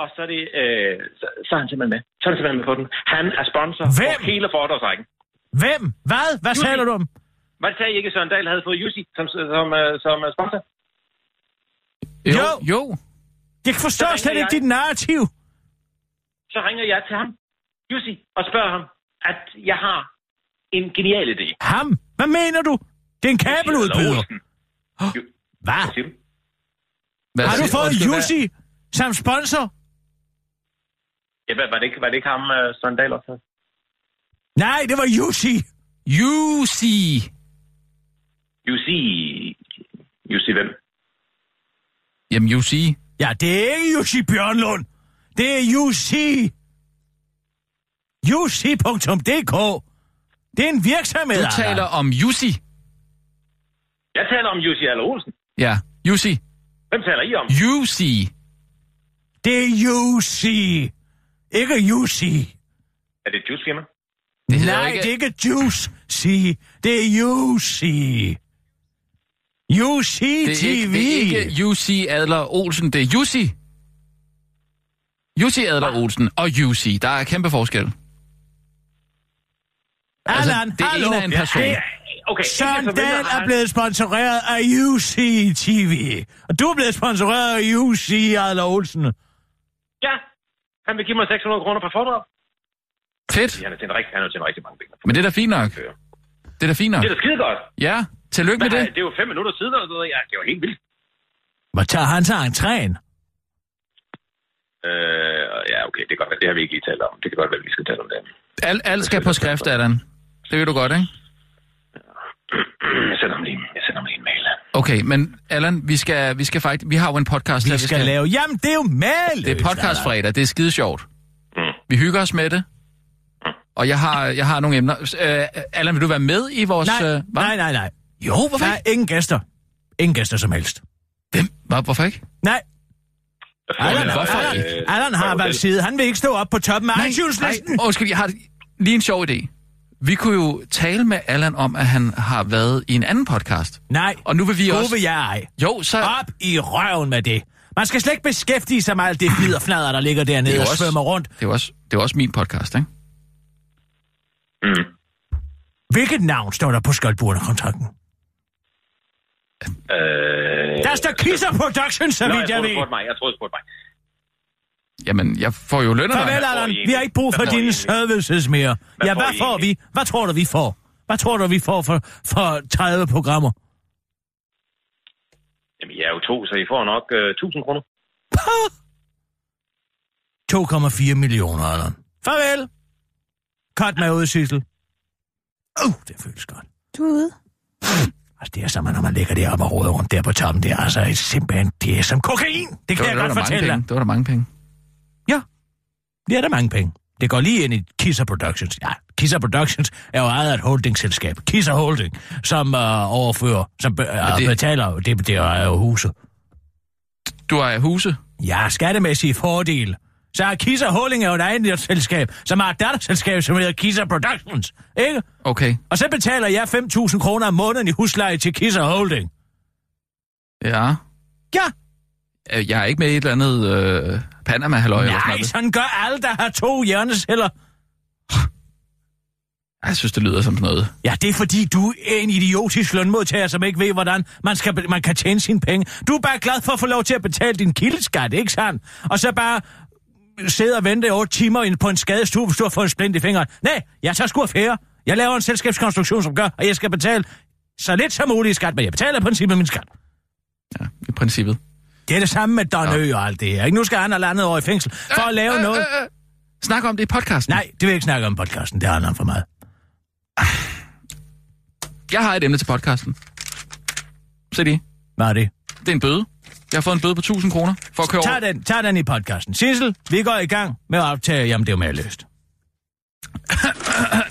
[SPEAKER 2] Og så er, det, øh, så, så er han simpelthen med. Så er han simpelthen med på den. Han er sponsor
[SPEAKER 5] Hvem?
[SPEAKER 2] for hele foredragsrækken.
[SPEAKER 5] Hvem? Hvad? Hvad taler du om?
[SPEAKER 2] Var det sagde I ikke, at Søren Dahl havde fået Jussi som, som, øh, som øh, sponsor?
[SPEAKER 4] Jo.
[SPEAKER 5] Jo.
[SPEAKER 4] jo.
[SPEAKER 5] Jeg forstår
[SPEAKER 2] ringer
[SPEAKER 5] slet ikke
[SPEAKER 2] jeg.
[SPEAKER 5] dit narrativ.
[SPEAKER 2] Så ringer jeg til ham, Jussi, og spørger ham, at jeg har en genial idé.
[SPEAKER 5] Ham? Hvad mener du? Det er en kabeludbyder.
[SPEAKER 2] Olsen.
[SPEAKER 5] Hvad?
[SPEAKER 2] Siger du?
[SPEAKER 4] Hvad
[SPEAKER 5] Har du
[SPEAKER 4] siger-
[SPEAKER 5] fået
[SPEAKER 4] Undskyld, hvad-
[SPEAKER 5] Jussi som sponsor?
[SPEAKER 2] Ja, hvad, var, det ikke, var det ikke ham, uh, Søren Dahl også havde?
[SPEAKER 5] Nej, det var Jussi.
[SPEAKER 4] Jussi.
[SPEAKER 2] Jussi... Jussi hvem?
[SPEAKER 4] Jamen, Jussi.
[SPEAKER 5] Ja, det er ikke Jussi Bjørnlund. Det er Jussi. Jussi.dk. Det er en virksomhed,
[SPEAKER 4] Du taler om Jussi.
[SPEAKER 2] Jeg taler om Jussi Aller Olsen.
[SPEAKER 4] Ja, Jussi.
[SPEAKER 2] Hvem taler I om?
[SPEAKER 4] Jussi.
[SPEAKER 5] Det er Jussi. Ikke Jussi.
[SPEAKER 2] Er det et juicefirma?
[SPEAKER 4] Det hedder
[SPEAKER 5] Nej,
[SPEAKER 4] ikke-
[SPEAKER 5] det er ikke Jussi. Det er Jussi. Jussi
[SPEAKER 4] Det er ikke,
[SPEAKER 5] TV.
[SPEAKER 4] det er ikke Jussi Adler Olsen, det er Jussi. Jussi Adler
[SPEAKER 2] Ah.
[SPEAKER 4] Olsen og Jussi. Der er kæmpe forskel. altså,
[SPEAKER 5] Allan,
[SPEAKER 4] det
[SPEAKER 5] hallo.
[SPEAKER 4] ene er en person.
[SPEAKER 5] det
[SPEAKER 2] Okay.
[SPEAKER 5] Søren
[SPEAKER 2] ikke, jeg
[SPEAKER 5] Dahl
[SPEAKER 2] forventer,
[SPEAKER 5] er
[SPEAKER 2] at-
[SPEAKER 5] blevet sponsoreret af UC TV. Og du er blevet sponsoreret af UC Adler Olsen.
[SPEAKER 2] Ja, han vil give mig 600 kroner per foredrag.
[SPEAKER 4] Fedt.
[SPEAKER 2] Han er tjent rigtig, han har tjent rigtig mange penge.
[SPEAKER 4] Men det er da fint nok. Det er da fint nok.
[SPEAKER 2] Det er da skide godt.
[SPEAKER 4] Ja, tillykke med
[SPEAKER 2] Men
[SPEAKER 4] det.
[SPEAKER 2] det er jo fem minutter siden, og du ved, ja, det var helt vildt.
[SPEAKER 5] Hvad tager han så entréen?
[SPEAKER 2] Øh, og ja, okay, det kan godt være. Det har vi ikke lige talt om. Det kan godt være, at vi skal tale om det.
[SPEAKER 4] Alt, alt skal på skrift, Adam. Det ved du godt, ikke?
[SPEAKER 2] Jeg sender ham lige, jeg sender ham lige en mail.
[SPEAKER 4] Okay, men Allan, vi skal, vi skal faktisk... Vi har jo en podcast,
[SPEAKER 5] Vi skal lave... Jamen, det er jo mal.
[SPEAKER 4] Det er podcastfredag, det er skide sjovt.
[SPEAKER 2] Mm.
[SPEAKER 4] Vi hygger os med det. Og jeg har, jeg har nogle emner. Øh, Allan, vil du være med i vores...
[SPEAKER 5] Nej,
[SPEAKER 4] øh, hvad?
[SPEAKER 5] nej, nej, nej.
[SPEAKER 4] Jo, hvorfor
[SPEAKER 5] Nej,
[SPEAKER 4] ikke?
[SPEAKER 5] ingen gæster. Ingen gæster som helst.
[SPEAKER 4] Hvem? Hvor- Hvorfor ikke?
[SPEAKER 5] Nej, Allan,
[SPEAKER 4] hvorfor
[SPEAKER 5] Allan,
[SPEAKER 4] ikke?
[SPEAKER 2] Øh,
[SPEAKER 5] Allan har valgt side. Han vil ikke stå op på toppen af iTunes-listen.
[SPEAKER 4] nej, undskyld, jeg har lige en sjov idé. Vi kunne jo tale med Allan om, at han har været i en anden podcast.
[SPEAKER 5] Nej,
[SPEAKER 4] Og nu vil vi
[SPEAKER 5] gode
[SPEAKER 4] også...
[SPEAKER 5] vil jeg ej.
[SPEAKER 4] Jo, så...
[SPEAKER 5] Op i røven med det. Man skal slet ikke beskæftige sig med alt det fnader, der ligger dernede
[SPEAKER 4] jo
[SPEAKER 5] og
[SPEAKER 4] også-
[SPEAKER 5] svømmer rundt.
[SPEAKER 4] Det er jo også, det er jo også min podcast, ikke?
[SPEAKER 2] Mm.
[SPEAKER 5] Hvilket navn står der på skoldburnerkontrakten?
[SPEAKER 2] Øh,
[SPEAKER 5] Der står Kisser Productions, så
[SPEAKER 2] Nå,
[SPEAKER 5] vidt
[SPEAKER 2] jeg
[SPEAKER 5] jeg
[SPEAKER 2] troede, du
[SPEAKER 5] ved.
[SPEAKER 2] spurgte mig. Jeg troede, du spurgte mig.
[SPEAKER 4] Jamen, jeg får jo lønner.
[SPEAKER 5] Farvel,
[SPEAKER 2] får
[SPEAKER 5] Allan.
[SPEAKER 2] I egentlig?
[SPEAKER 5] Vi har ikke brug for
[SPEAKER 2] Hvad får I
[SPEAKER 5] dine
[SPEAKER 2] egentlig?
[SPEAKER 5] services mere.
[SPEAKER 2] Hvad
[SPEAKER 5] Ja,
[SPEAKER 2] får
[SPEAKER 5] hvad
[SPEAKER 2] I
[SPEAKER 5] får vi?
[SPEAKER 2] egentlig?
[SPEAKER 5] Hvad tror du, vi får? Hvad tror du, vi får for, for 30 programmer?
[SPEAKER 2] Jamen, jeg er jo to, så I får nok øh, 1000 kroner.
[SPEAKER 5] 2,4 millioner, Allan. Farvel. Cut mig ud, Sissel. Uh, det føles godt.
[SPEAKER 7] Du er ude.
[SPEAKER 5] Altså, det er som, når man ligger deroppe og råder rundt der på toppen. Det er altså et simpelthen, det er som kokain. Det
[SPEAKER 4] Det
[SPEAKER 5] kan
[SPEAKER 4] var,
[SPEAKER 5] jeg
[SPEAKER 4] det var
[SPEAKER 5] godt
[SPEAKER 4] da mange
[SPEAKER 5] fortælle
[SPEAKER 4] penge.
[SPEAKER 5] dig.
[SPEAKER 4] Det var da mange penge.
[SPEAKER 5] Det er der mange penge. Det går lige ind i Kisser Productions. Ja, Kisser Productions er jo ejet af et holdingselskab. Kisser Holding, som øh, overfører, som be- øh,
[SPEAKER 4] det-
[SPEAKER 5] det... betaler, det, det er jo huset.
[SPEAKER 4] Du har huse.
[SPEAKER 5] Ja, skattemæssige fordele. Så er Kisser Holding er jo et eget selskab, som har et datterselskab, som hedder Kisser Productions. Ikke?
[SPEAKER 4] Okay.
[SPEAKER 5] Og så betaler jeg 5.000 kroner om måneden i husleje til Kisser Holding.
[SPEAKER 4] Ja.
[SPEAKER 5] Ja,
[SPEAKER 4] Øh, Jeg er ikke med i et eller andet øh, Panama-halløj. eller sådan
[SPEAKER 5] nej,
[SPEAKER 4] noget.
[SPEAKER 5] sådan gør alle, der har to hjørneceller.
[SPEAKER 4] Jeg synes, det lyder som sådan noget.
[SPEAKER 5] Ja, det er fordi, du er en idiotisk lønmodtager, som ikke ved, hvordan man, skal, man kan tjene sine penge. Du er bare glad for at få lov til at betale din kildeskat, ikke sandt? Og så bare sidde og vente 8 timer ind på en skadestue, hvis du har fået en splint i fingeren. Nej, jeg tager sgu affære. Jeg laver en selskabskonstruktion, som gør, at jeg skal betale så lidt som muligt i skat, men jeg betaler i princippet min skat.
[SPEAKER 4] Ja, i princippet.
[SPEAKER 5] Det er det samme med Don Ø og alt det her. Ikke? Nu skal han have landet år i fængsel for at lave noget.
[SPEAKER 4] Øh, øh. Snak om det i podcasten.
[SPEAKER 5] Nej, det vil jeg ikke snakke om i podcasten. Det handler om for meget.
[SPEAKER 4] Jeg har et emne til podcasten. Se det.
[SPEAKER 5] Hvad er det?
[SPEAKER 4] Det er en bøde. Jeg har fået en bøde på 1000 kroner for at køre over.
[SPEAKER 5] Tag den, tag den i podcasten. Sissel, vi går i gang med at optage. Jamen, det er jo mere løst.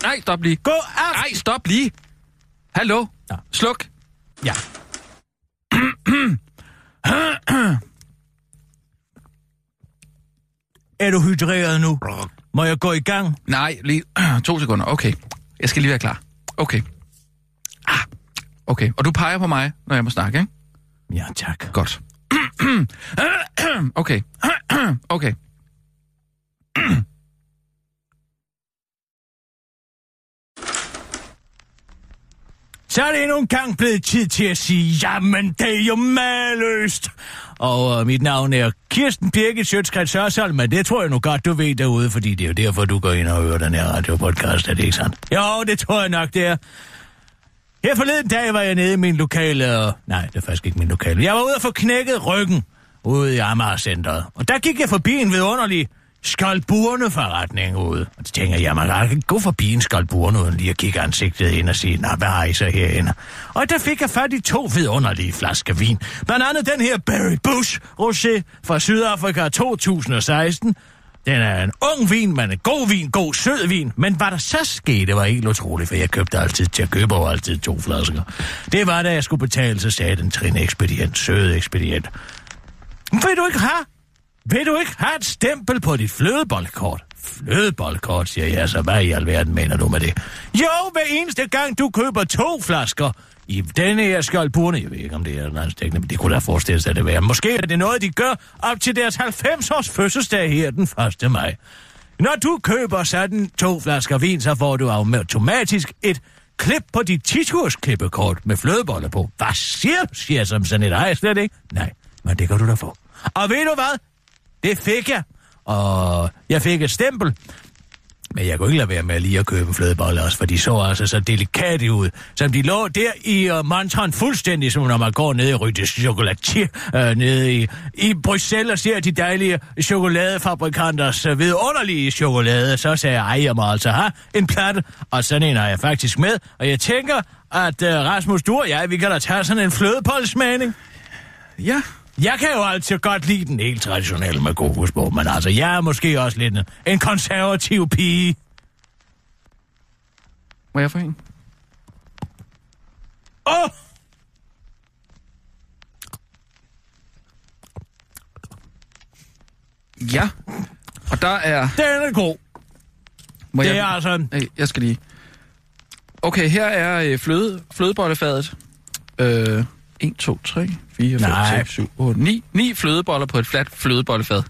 [SPEAKER 4] Nej, stop lige.
[SPEAKER 5] God aften.
[SPEAKER 4] Nej, stop lige. Hallo.
[SPEAKER 5] Nå.
[SPEAKER 4] Sluk.
[SPEAKER 5] Ja. [clears throat] er du hydreret nu? Må jeg gå i gang?
[SPEAKER 4] Nej, lige [clears throat] to sekunder. Okay. Jeg skal lige være klar. Okay. Ah. Okay, og du peger på mig, når jeg må snakke, ikke?
[SPEAKER 5] Ja, tak.
[SPEAKER 4] Godt. [clears throat] okay. [clears throat] okay.
[SPEAKER 5] Så er det endnu en gang blevet tid til at sige, jamen det er jo maløst. Og øh, mit navn er Kirsten Birgit Sjøtskrets Sørsholm, men det tror jeg nu godt, du ved derude, fordi det er jo derfor, du går ind og hører den her radiopodcast, er det ikke sandt? Jo, det tror jeg nok, det er. Her forleden dag var jeg nede i min lokale... og- Nej, det er faktisk ikke min lokale. Jeg var ude og få knækket ryggen ude i Amager-centret. Og der gik jeg forbi en vidunderlig skalburneforretning ude. Og så tænker jeg, man kan ikke gå forbi en skalburne uden lige at kigge ansigtet ind og sige, nej, hvad har I så herinde? Og der fik jeg fat i to vidunderlige flasker vin. Blandt andet den her Barry Bush Rosé fra Sydafrika 2016. Den er en ung vin, men en god vin, god sød vin. Men hvad der så skete, var helt utroligt, for jeg købte altid til at købe over altid to flasker. Det var, da jeg skulle betale, så sagde den trin ekspedient, søde ekspedient. "Men Vil du ikke have? Vil du ikke have et stempel på dit flødeboldkort? Flødeboldkort, siger jeg, så hvad i alverden mener du med det? Jo, hver eneste gang du køber to flasker i denne her skjoldburne, jeg ved ikke, om det er landstækkende, men det kunne da forestille sig, at det være. Måske er det noget, de gør op til deres 90-års fødselsdag her den 1. maj. Når du køber sådan to flasker vin, så får du automatisk et klip på dit 10 klippekort med flødeboller på. Hvad siger du, siger jeg som sådan et ej, slet ikke? Nej, men det kan du da få. Og ved du hvad? Det fik jeg. Og jeg fik et stempel. Men jeg kunne ikke lade være med lige at købe en flødebolle også, for de så altså så delikate ud, som de lå der i uh, mantran fuldstændig, som når man går ned i Ryttes chokolatier, uh, nede i, i Bruxelles og ser de dejlige chokoladefabrikanters uh, vidunderlige chokolade, så sagde jeg, ej, jeg må altså have en platte, og sådan en har jeg faktisk med, og jeg tænker, at uh, Rasmus, du og jeg, vi kan da tage sådan en flødebollesmagning.
[SPEAKER 4] Ja.
[SPEAKER 5] Jeg kan jo altså godt lide den helt traditionelle med kokos på, men altså, jeg er måske også lidt en, en konservativ pige.
[SPEAKER 4] Må jeg få en?
[SPEAKER 5] Åh! Oh!
[SPEAKER 4] Ja. Og der er...
[SPEAKER 5] Den er god.
[SPEAKER 4] Må
[SPEAKER 5] Det
[SPEAKER 4] jeg...
[SPEAKER 5] er altså... en-
[SPEAKER 4] Øh, Jeg skal lige... Okay, her er øh, fløde, flødebollefadet. Øh, 1, 2, 3, 4, 5,
[SPEAKER 5] Nej.
[SPEAKER 4] 6, 7, 8, 9. 9 flødeboller på et fladt flødebollefad.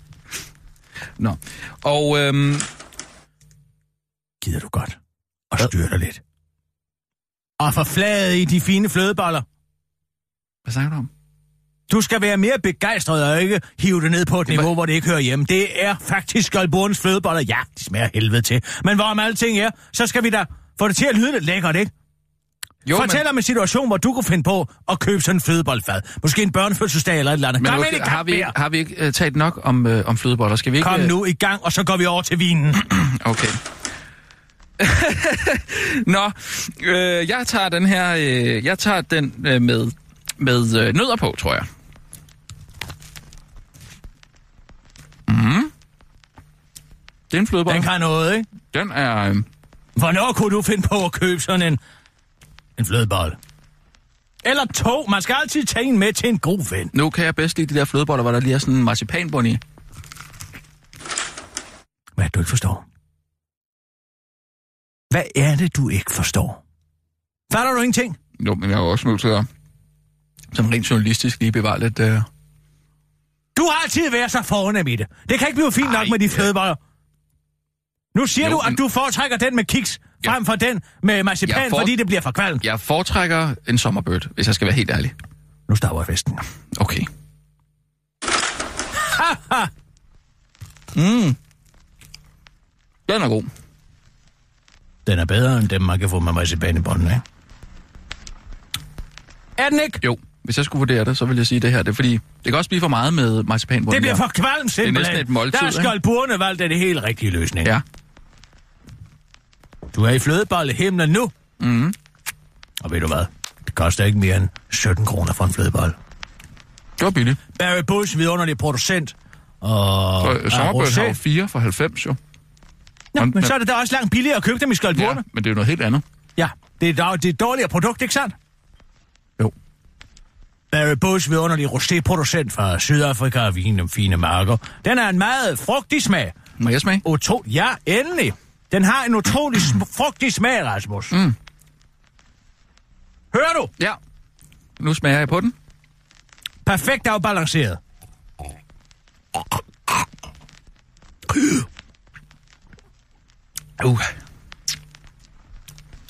[SPEAKER 4] Nå. Og øhm,
[SPEAKER 5] Gider du godt. Og styr dig lidt. Og forflade i de fine flødeboller.
[SPEAKER 4] hvad snakker du om?
[SPEAKER 5] Du skal være mere begejstret og ikke hive det ned på et niveau,
[SPEAKER 4] var-
[SPEAKER 5] hvor det ikke hører hjemme. Det er faktisk Skolborns flødeboller. Ja, de smager af helvede til. Men hvorom alting er, så skal vi da få det til at lyde lidt lækkert, ikke? Jo, Fortæl
[SPEAKER 4] men,
[SPEAKER 5] om en situation, hvor du kunne finde på at købe sådan en flødeboldfad. Måske en børnefødselsdag eller et eller andet.
[SPEAKER 4] men
[SPEAKER 5] Kom
[SPEAKER 4] okay,
[SPEAKER 5] ind i gang
[SPEAKER 4] har vi,
[SPEAKER 5] mere.
[SPEAKER 4] har vi ikke uh, talt nok om, øh, om flødeboller? Skal vi ikke...
[SPEAKER 5] Kom
[SPEAKER 4] øh,
[SPEAKER 5] nu i gang, og så går vi over til vinen.
[SPEAKER 4] Okay. [laughs] Nå, øh, jeg tager den her, øh, jeg tager den øh, med, med øh, nødder på, tror jeg. Mm. Mhm. Det er en flødebolle.
[SPEAKER 5] Den kan noget, ikke?
[SPEAKER 4] Den er... Øh,
[SPEAKER 5] Hvornår kunne du finde på at købe sådan en, en flødebold? Eller to. Man skal altid tage en med til en god ven.
[SPEAKER 4] nu kan jeg bedst lide de der flødeboller, hvor der lige er sådan en marcipanbund i.
[SPEAKER 5] Hvad er det, du ikke forstår? Hvad er det, du ikke forstår? Fatter du ingenting?
[SPEAKER 4] Jo, men jeg er jo også nødt til at... Som rent journalistisk lige bevare lidt... Øh...
[SPEAKER 5] Du har altid været så fornem i det. Det kan ikke blive fint nok
[SPEAKER 4] Ej,
[SPEAKER 5] med de
[SPEAKER 4] ja.
[SPEAKER 5] flødeboller. Nu siger
[SPEAKER 4] Jo,
[SPEAKER 5] jo, du, at
[SPEAKER 4] men-
[SPEAKER 5] du foretrækker den med kiks,
[SPEAKER 4] Ja.
[SPEAKER 5] frem for den med marcipan,
[SPEAKER 4] Jeg for-
[SPEAKER 5] fordi det bliver for kvalm.
[SPEAKER 4] Jeg foretrækker en sommerbødt, hvis jeg skal være helt ærlig.
[SPEAKER 5] Nu stopper jeg festen.
[SPEAKER 4] Okay. mm. Den er god.
[SPEAKER 5] Den er bedre end dem, man kan få med marcipan i bunden, ikke? Er den ikke?
[SPEAKER 4] Jo, hvis jeg skulle vurdere det, så ville jeg sige det her. Det er fordi, det kan også blive for meget med marcipan.
[SPEAKER 5] Det bliver for kvalm simpelthen.
[SPEAKER 4] næsten et måltid,
[SPEAKER 5] Der er
[SPEAKER 4] ikke?
[SPEAKER 5] skolburene valgt af det helt rigtige løsning.
[SPEAKER 4] Ja,
[SPEAKER 5] Du er i flødebollehimlen nu. Mm.
[SPEAKER 4] Mm-hmm.
[SPEAKER 5] Og ved du hvad? Det koster ikke mere end 17 kroner for en flødebolle.
[SPEAKER 4] det var billigt.
[SPEAKER 5] Barry Bush, vidunderlig producent. Og
[SPEAKER 4] Og øh, sommerbødt
[SPEAKER 5] rosé.
[SPEAKER 4] har jo 4 for 90, jo.
[SPEAKER 5] Nå,
[SPEAKER 4] Og-
[SPEAKER 5] men så er det da også langt billigere at købe dem i
[SPEAKER 4] Ja,
[SPEAKER 5] skolburene.
[SPEAKER 4] men det er jo noget helt andet.
[SPEAKER 5] Ja. ja. Det er da- det er et dårligere produkt, ikke sandt?
[SPEAKER 4] Jo.
[SPEAKER 5] Barry Bush, vidunderlig rosé-producent fra Sydafrika og vin om fine marker. Den er en meget frugtig smag.
[SPEAKER 4] Må jeg smage?
[SPEAKER 5] Utro ja, endelig. Den har en utrolig sm- frugtig smag, Rasmus. Mm. Hører du?
[SPEAKER 4] Ja. Nu smager jeg på den.
[SPEAKER 5] Perfekt afbalanceret.
[SPEAKER 4] Uh.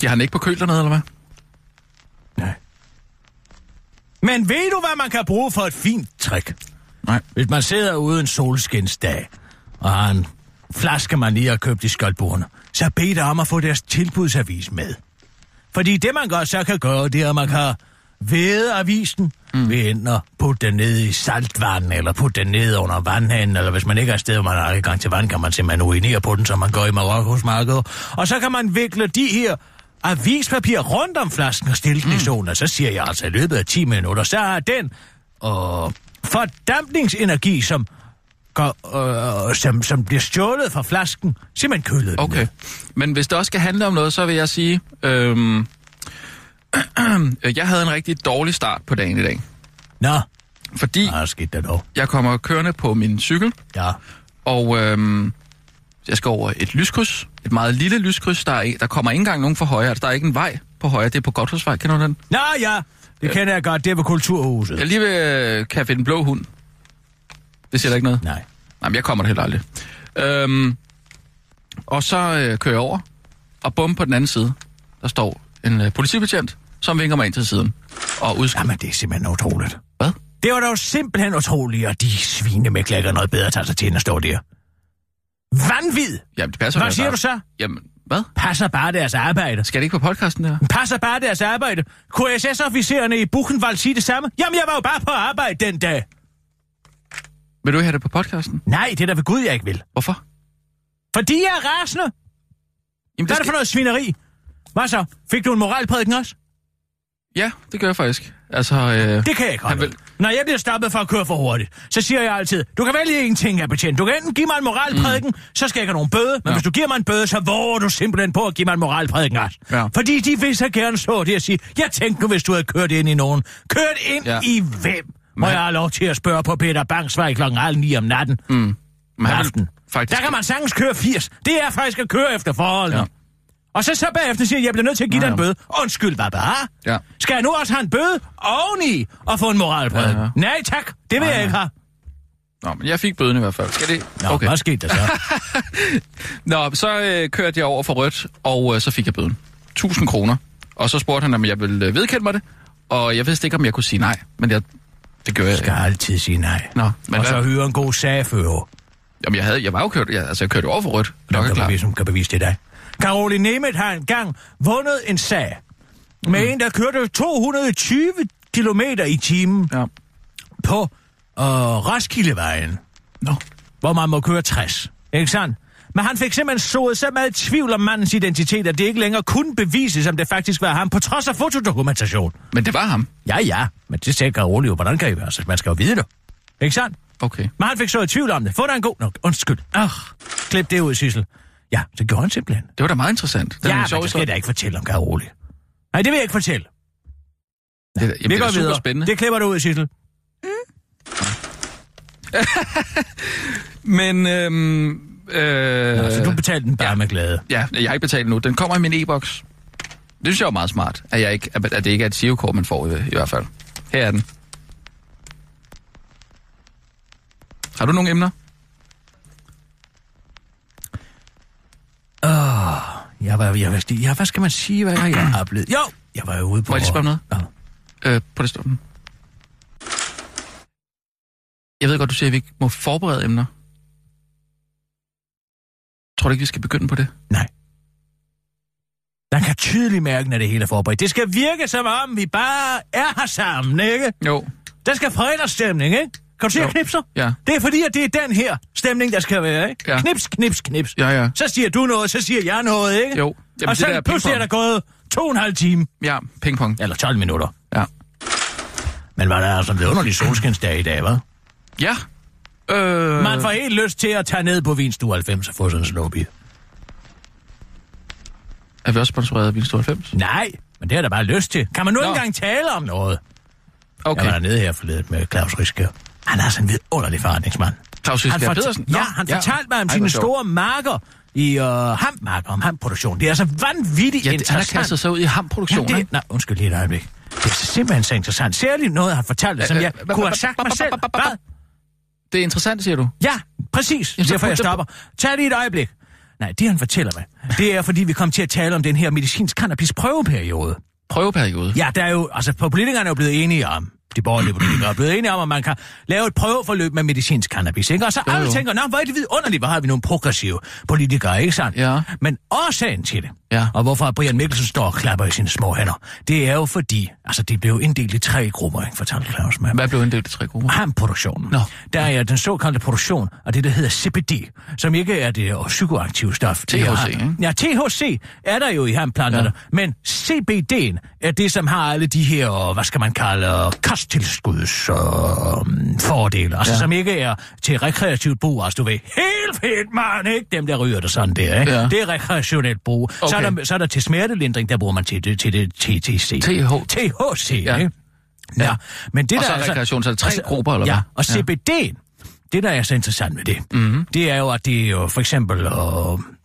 [SPEAKER 4] De har den ikke på køl dernede, eller hvad?
[SPEAKER 5] Men ved du, hvad man kan bruge for et fint trick?
[SPEAKER 4] Nej.
[SPEAKER 5] Hvis man sidder ude en solskinsdag og har en flaske, man lige har købt i skoldbordene, så bed dig om at få deres tilbudsavis med. Fordi det, man godt så kan gøre, det er, at man kan væde avisen mm. ved enten at putte den ned i saltvand, eller putte den ned under vandhanen, eller hvis man ikke er et sted, hvor man har adgang til vand, kan man simpelthen urinere på den, som man gør i Marokkos marked. Og så kan man vikle de her avispapir rundt om flasken og stille den mm. i solen, og så siger jeg altså i løbet af 10 minutter, så er den og fordampningsenergi, som, går, øh, som, som bliver stjålet fra flasken, simpelthen kølet den
[SPEAKER 4] Okay. Men hvis det også skal handle om noget, så vil jeg sige, øhm, [clears throat] jeg havde en rigtig dårlig start på dagen i dag.
[SPEAKER 5] ned.
[SPEAKER 4] Fordi
[SPEAKER 5] Nå, ah, skidt der dog.
[SPEAKER 4] jeg kommer kørende på min cykel,
[SPEAKER 5] Ja.
[SPEAKER 4] og øhm, jeg skal over et lyskryds. Et meget lille lyskryds. Der, er, ikke- der kommer ikke engang nogen for højre. Altså, der er ikke en vej på højre. Det er på Godthåsvej. Kender du den?
[SPEAKER 5] Nå ja, det kender jeg godt, det er ved kulturhuset.
[SPEAKER 4] Jeg er lige ved øh, Café Den Blå Hund. Det siger der ikke noget?
[SPEAKER 5] Nej.
[SPEAKER 4] Nej, men jeg kommer der heller aldrig. Øhm, og så øh, kører jeg over, og bum på den anden side, der står en øh, politibetjent, som vinker mig ind til siden. Og udskyder.
[SPEAKER 5] Jamen, det er simpelthen utroligt.
[SPEAKER 4] Hvad?
[SPEAKER 5] Det var dog simpelthen utroligt, at de svine med klækker noget bedre tager sig til, end at stå der. Vanvid!
[SPEAKER 4] Jamen, det passer
[SPEAKER 5] Hvad
[SPEAKER 4] vel
[SPEAKER 5] siger
[SPEAKER 4] bare.
[SPEAKER 5] du så?
[SPEAKER 4] Jamen, hvad?
[SPEAKER 5] Passer bare deres arbejde.
[SPEAKER 4] Skal det ikke på podcasten der?
[SPEAKER 5] Passer bare deres arbejde. KSS-officererne i Buchenwald sige det samme? Jamen, jeg var jo bare på arbejde den dag.
[SPEAKER 4] Vil du ikke have det på podcasten?
[SPEAKER 5] Nej, det er da ved Gud, jeg ikke vil.
[SPEAKER 4] Hvorfor?
[SPEAKER 5] Fordi jeg er rasende.
[SPEAKER 4] Jamen,
[SPEAKER 5] Hvad er det for noget svineri? Hvad så? Fik du en moralprædiken også?
[SPEAKER 4] Ja, det gør jeg faktisk. Altså, øh,
[SPEAKER 5] Det kan jeg ikke holde.
[SPEAKER 4] Han
[SPEAKER 5] Vil...
[SPEAKER 4] vil-
[SPEAKER 5] Når jeg bliver stoppet for at køre for hurtigt, så siger jeg altid, du kan vælge en ting, jeg betjent. Du kan enten give mig en moralprædiken, mm. så skal jeg ikke have nogen bøde. Men ja.
[SPEAKER 4] Ja.
[SPEAKER 5] hvis du giver mig en bøde, så våger du simpelthen på at give mig en moralprædiken også. Ja.
[SPEAKER 4] Ja.
[SPEAKER 5] Fordi de vil så gerne stå det og sige, jeg tænkte nu, hvis du havde kørt ind i nogen. Kørt ind ja.
[SPEAKER 4] Ja.
[SPEAKER 5] i hvem? Må
[SPEAKER 4] Men-
[SPEAKER 5] jeg have lov til at spørge på Peter Bangsvej kl. halv 9 om natten? Mm.
[SPEAKER 4] men han vil
[SPEAKER 5] aften.
[SPEAKER 4] Faktisk,
[SPEAKER 5] Der kan man sagtens køre 80. Det er faktisk at køre efter forholdene. Ja.
[SPEAKER 4] Ja.
[SPEAKER 5] Og så så bagefter siger jeg, jeg bliver nødt til at give dig
[SPEAKER 4] Nå,
[SPEAKER 5] en
[SPEAKER 4] ja.
[SPEAKER 5] bøde. Undskyld, hvad bare?
[SPEAKER 4] Ja.
[SPEAKER 5] Skal jeg nu også have en bøde oveni og få en moralprædiken? Ja,
[SPEAKER 4] Ja,
[SPEAKER 5] ja.
[SPEAKER 4] ja.
[SPEAKER 5] Nej tak, det vil jeg ikke have.
[SPEAKER 4] Nå, men jeg fik bøden i hvert fald. Skal det?
[SPEAKER 5] Nå, okay. hvad skete der
[SPEAKER 4] [laughs]
[SPEAKER 5] så?
[SPEAKER 4] Nå, så øh, kørte jeg over for rødt, og øh, så fik jeg bøden. 1000 kroner. Og så spurgte han, om jeg ville øh, vedkende mig det. Og jeg vidste ikke, om jeg kunne sige nej. Men jeg, det gjorde jeg
[SPEAKER 5] Skal
[SPEAKER 4] ikke.
[SPEAKER 5] altid sige nej.
[SPEAKER 4] Nå, men
[SPEAKER 5] og så
[SPEAKER 4] hvad-
[SPEAKER 5] hyre en god sagfører,
[SPEAKER 4] Jamen, jeg, havde, jeg var jo kørt, jeg, altså, jeg kørte over for rødt. Det
[SPEAKER 5] som
[SPEAKER 4] er
[SPEAKER 5] kan,
[SPEAKER 4] klart.
[SPEAKER 5] bevise, som kan bevise det i dag. Karoline Nemeth har engang vundet en sag med mm. en, der kørte 220 km i timen
[SPEAKER 4] Ja.
[SPEAKER 5] på øh, Roskildevejen.
[SPEAKER 4] Nå.
[SPEAKER 5] hvor man må køre 60. Ikke sandt? Men han fik simpelthen sået så meget tvivl om mandens identitet, at det ikke længere kunne bevises, om det faktisk var ham, på trods af fotodokumentation.
[SPEAKER 4] Men det var ham.
[SPEAKER 5] Ja, ja, men det sagde Karoli jo, hvordan kan I være? Så man skal jo vide det. Ikke sandt?
[SPEAKER 4] Okay.
[SPEAKER 5] Men han fik sået tvivl om det. Få dig en god... Nå, undskyld. Ah, klip det ud, Sissel. Ja, det gjorde han simpelthen.
[SPEAKER 4] Det var da meget interessant. Det er
[SPEAKER 5] ja,
[SPEAKER 4] en
[SPEAKER 5] men
[SPEAKER 4] sjov
[SPEAKER 5] det skal jeg
[SPEAKER 4] historie.
[SPEAKER 5] da ikke fortælle om Karoli. Nej, det vil jeg ikke fortælle.
[SPEAKER 4] Det er da- Jamen,
[SPEAKER 5] Vi
[SPEAKER 4] det er
[SPEAKER 5] går
[SPEAKER 4] da super
[SPEAKER 5] videre.
[SPEAKER 4] spændende.
[SPEAKER 5] Det klipper du ud, Sissel.
[SPEAKER 4] Men, øhm, øh,
[SPEAKER 5] Nå, så Altså, du betalte den bare med glæde.
[SPEAKER 4] ja, jeg har ikke betalt nu. Den kommer i min e-boks. Det synes jeg er meget smart, at, jeg ikke, at at det ikke er et sivekort, man får i, i hvert fald. Her er den. Har du nogle emner?
[SPEAKER 5] Jeg var, jeg var, jeg, hvad skal man sige, hvad har
[SPEAKER 4] [clears throat]
[SPEAKER 5] jeg oplevet? Jo, jeg var jo ude på...
[SPEAKER 4] Må jeg lige spørge om noget?
[SPEAKER 5] Nå.
[SPEAKER 4] Øh, på det stående. Jeg ved godt, du siger, at vi ikke må forberede emner. Tror du ikke, vi skal begynde på det?
[SPEAKER 5] Nej. Man kan tydeligt mærke, når det hele er forberedt. Det skal virke som om, vi bare er her sammen, ikke?
[SPEAKER 4] Jo.
[SPEAKER 5] Der skal fredagsstemning, ikke? Kan du se,
[SPEAKER 4] Jo.
[SPEAKER 5] jeg knipser?
[SPEAKER 4] Ja.
[SPEAKER 5] Det er fordi, at det er den her stemning, der skal være, ikke?
[SPEAKER 4] Ja.
[SPEAKER 5] Knips, knips, knips.
[SPEAKER 4] Ja, ja.
[SPEAKER 5] Så siger du noget, så siger jeg noget, ikke?
[SPEAKER 4] Jo. Jamen,
[SPEAKER 5] og
[SPEAKER 4] det
[SPEAKER 5] så
[SPEAKER 4] der er
[SPEAKER 5] pludselig er der gået to og en halv time,
[SPEAKER 4] Ja, pingpong.
[SPEAKER 5] eller 12 minutter.
[SPEAKER 4] Ja.
[SPEAKER 5] Men var der altså en underlig solskinsdag i dag, hva'?
[SPEAKER 4] Ja. Øh,
[SPEAKER 5] Man får helt lyst til at tage ned på Vinstue 90 og få sådan en snowbie.
[SPEAKER 4] Er vi også sponsoreret af Bilstor 90?
[SPEAKER 5] Nej, men det er der bare lyst til. Kan man nu
[SPEAKER 4] Nå.
[SPEAKER 5] ikke engang tale om noget? Okay.
[SPEAKER 4] Okay.
[SPEAKER 5] Jeg var nede her forleden med Claus Riske. Han er sådan en vidunderlig forretningsmand.
[SPEAKER 4] Claus
[SPEAKER 5] Han,
[SPEAKER 4] Fisker
[SPEAKER 5] forta-
[SPEAKER 4] Pedersen?
[SPEAKER 5] ja,
[SPEAKER 4] Nå,
[SPEAKER 5] han fortalte mig om
[SPEAKER 4] Ej,
[SPEAKER 5] sine
[SPEAKER 4] hvor sjovt.
[SPEAKER 5] store marker i øh, hammarker, om hamproduktion. Det er altså vanvittigt
[SPEAKER 4] Ja, det, han har
[SPEAKER 5] interessant.
[SPEAKER 4] kastet sig ud i hamproduktion,
[SPEAKER 5] ja,
[SPEAKER 4] ja,
[SPEAKER 5] det, nej, undskyld lige et øjeblik. Det er simpelthen så interessant. Særligt noget, han fortalte, som
[SPEAKER 4] Øh,
[SPEAKER 5] jeg
[SPEAKER 4] øh,
[SPEAKER 5] kunne have sagt mig selv. Hvad?
[SPEAKER 4] det er interessant, siger du?
[SPEAKER 5] Ja, præcis.
[SPEAKER 4] Jamen, så
[SPEAKER 5] Derfor
[SPEAKER 4] put
[SPEAKER 5] jeg
[SPEAKER 4] det på-
[SPEAKER 5] stopper. Tag lige et øjeblik. Nej, det han fortæller mig, det er, fordi vi kom til at tale om den her medicinsk cannabis prøveperiode.
[SPEAKER 4] Prøveperiode.
[SPEAKER 5] Ja, der er jo, altså for politikerne er jo blevet enige om, de borgerlige
[SPEAKER 4] [clears throat]
[SPEAKER 5] politikere er blevet enige om, at man kan lave et prøveforløb med medicinsk cannabis, ikke? Og så
[SPEAKER 4] Jo,
[SPEAKER 5] alle
[SPEAKER 4] jo.
[SPEAKER 5] tænker, nå, hvor er det vidunderligt, hvor har vi nogle progressive politikere, ikke sandt?
[SPEAKER 4] Ja.
[SPEAKER 5] Men årsagen til det,
[SPEAKER 4] Ja.
[SPEAKER 5] Og hvorfor Brian Mikkelsen står og klapper i sine små hænder, det er jo fordi, altså det blev inddelt i tre grupper, ikke, fortalte Claus mig.
[SPEAKER 4] Hvad blev inddelt i tre grupper?
[SPEAKER 5] Ah. Hamproduktionen.
[SPEAKER 4] Nå.
[SPEAKER 5] Der er den såkaldte produktion af det, der hedder CBD, som ikke er det psykoaktive stof. Det er
[SPEAKER 4] THC,
[SPEAKER 5] ham-
[SPEAKER 4] ikke?
[SPEAKER 5] Ja, THC er der jo i hamplanterne, ja. men CBD'en er det, som har alle de her, øh, hvad skal man kalde, øh, kosttilskuds øh, fordele, altså ja. som ikke er til rekreativt brug, altså du ved, helt fedt, mand, ikke? Dem, der ryger det sådan der, ikke?
[SPEAKER 4] Ja.
[SPEAKER 5] Det er rekreationelt brug. Okay. Så, er
[SPEAKER 4] Okay.
[SPEAKER 5] der, så er der til smertelindring, der bruger man til, det- til det TTC.
[SPEAKER 4] TH.
[SPEAKER 5] THC,
[SPEAKER 4] Ja.
[SPEAKER 5] ikke? Ja. ja, men det
[SPEAKER 4] Og
[SPEAKER 5] der
[SPEAKER 4] så
[SPEAKER 5] altså-
[SPEAKER 4] rekreation, så er det tre grupper, eller
[SPEAKER 5] ja,
[SPEAKER 4] hvad?
[SPEAKER 5] og
[SPEAKER 4] Ja. Mhm.
[SPEAKER 5] CBD'en, det der er så interessant ved det, mm-hmm. det er jo, at det er jo for eksempel øh,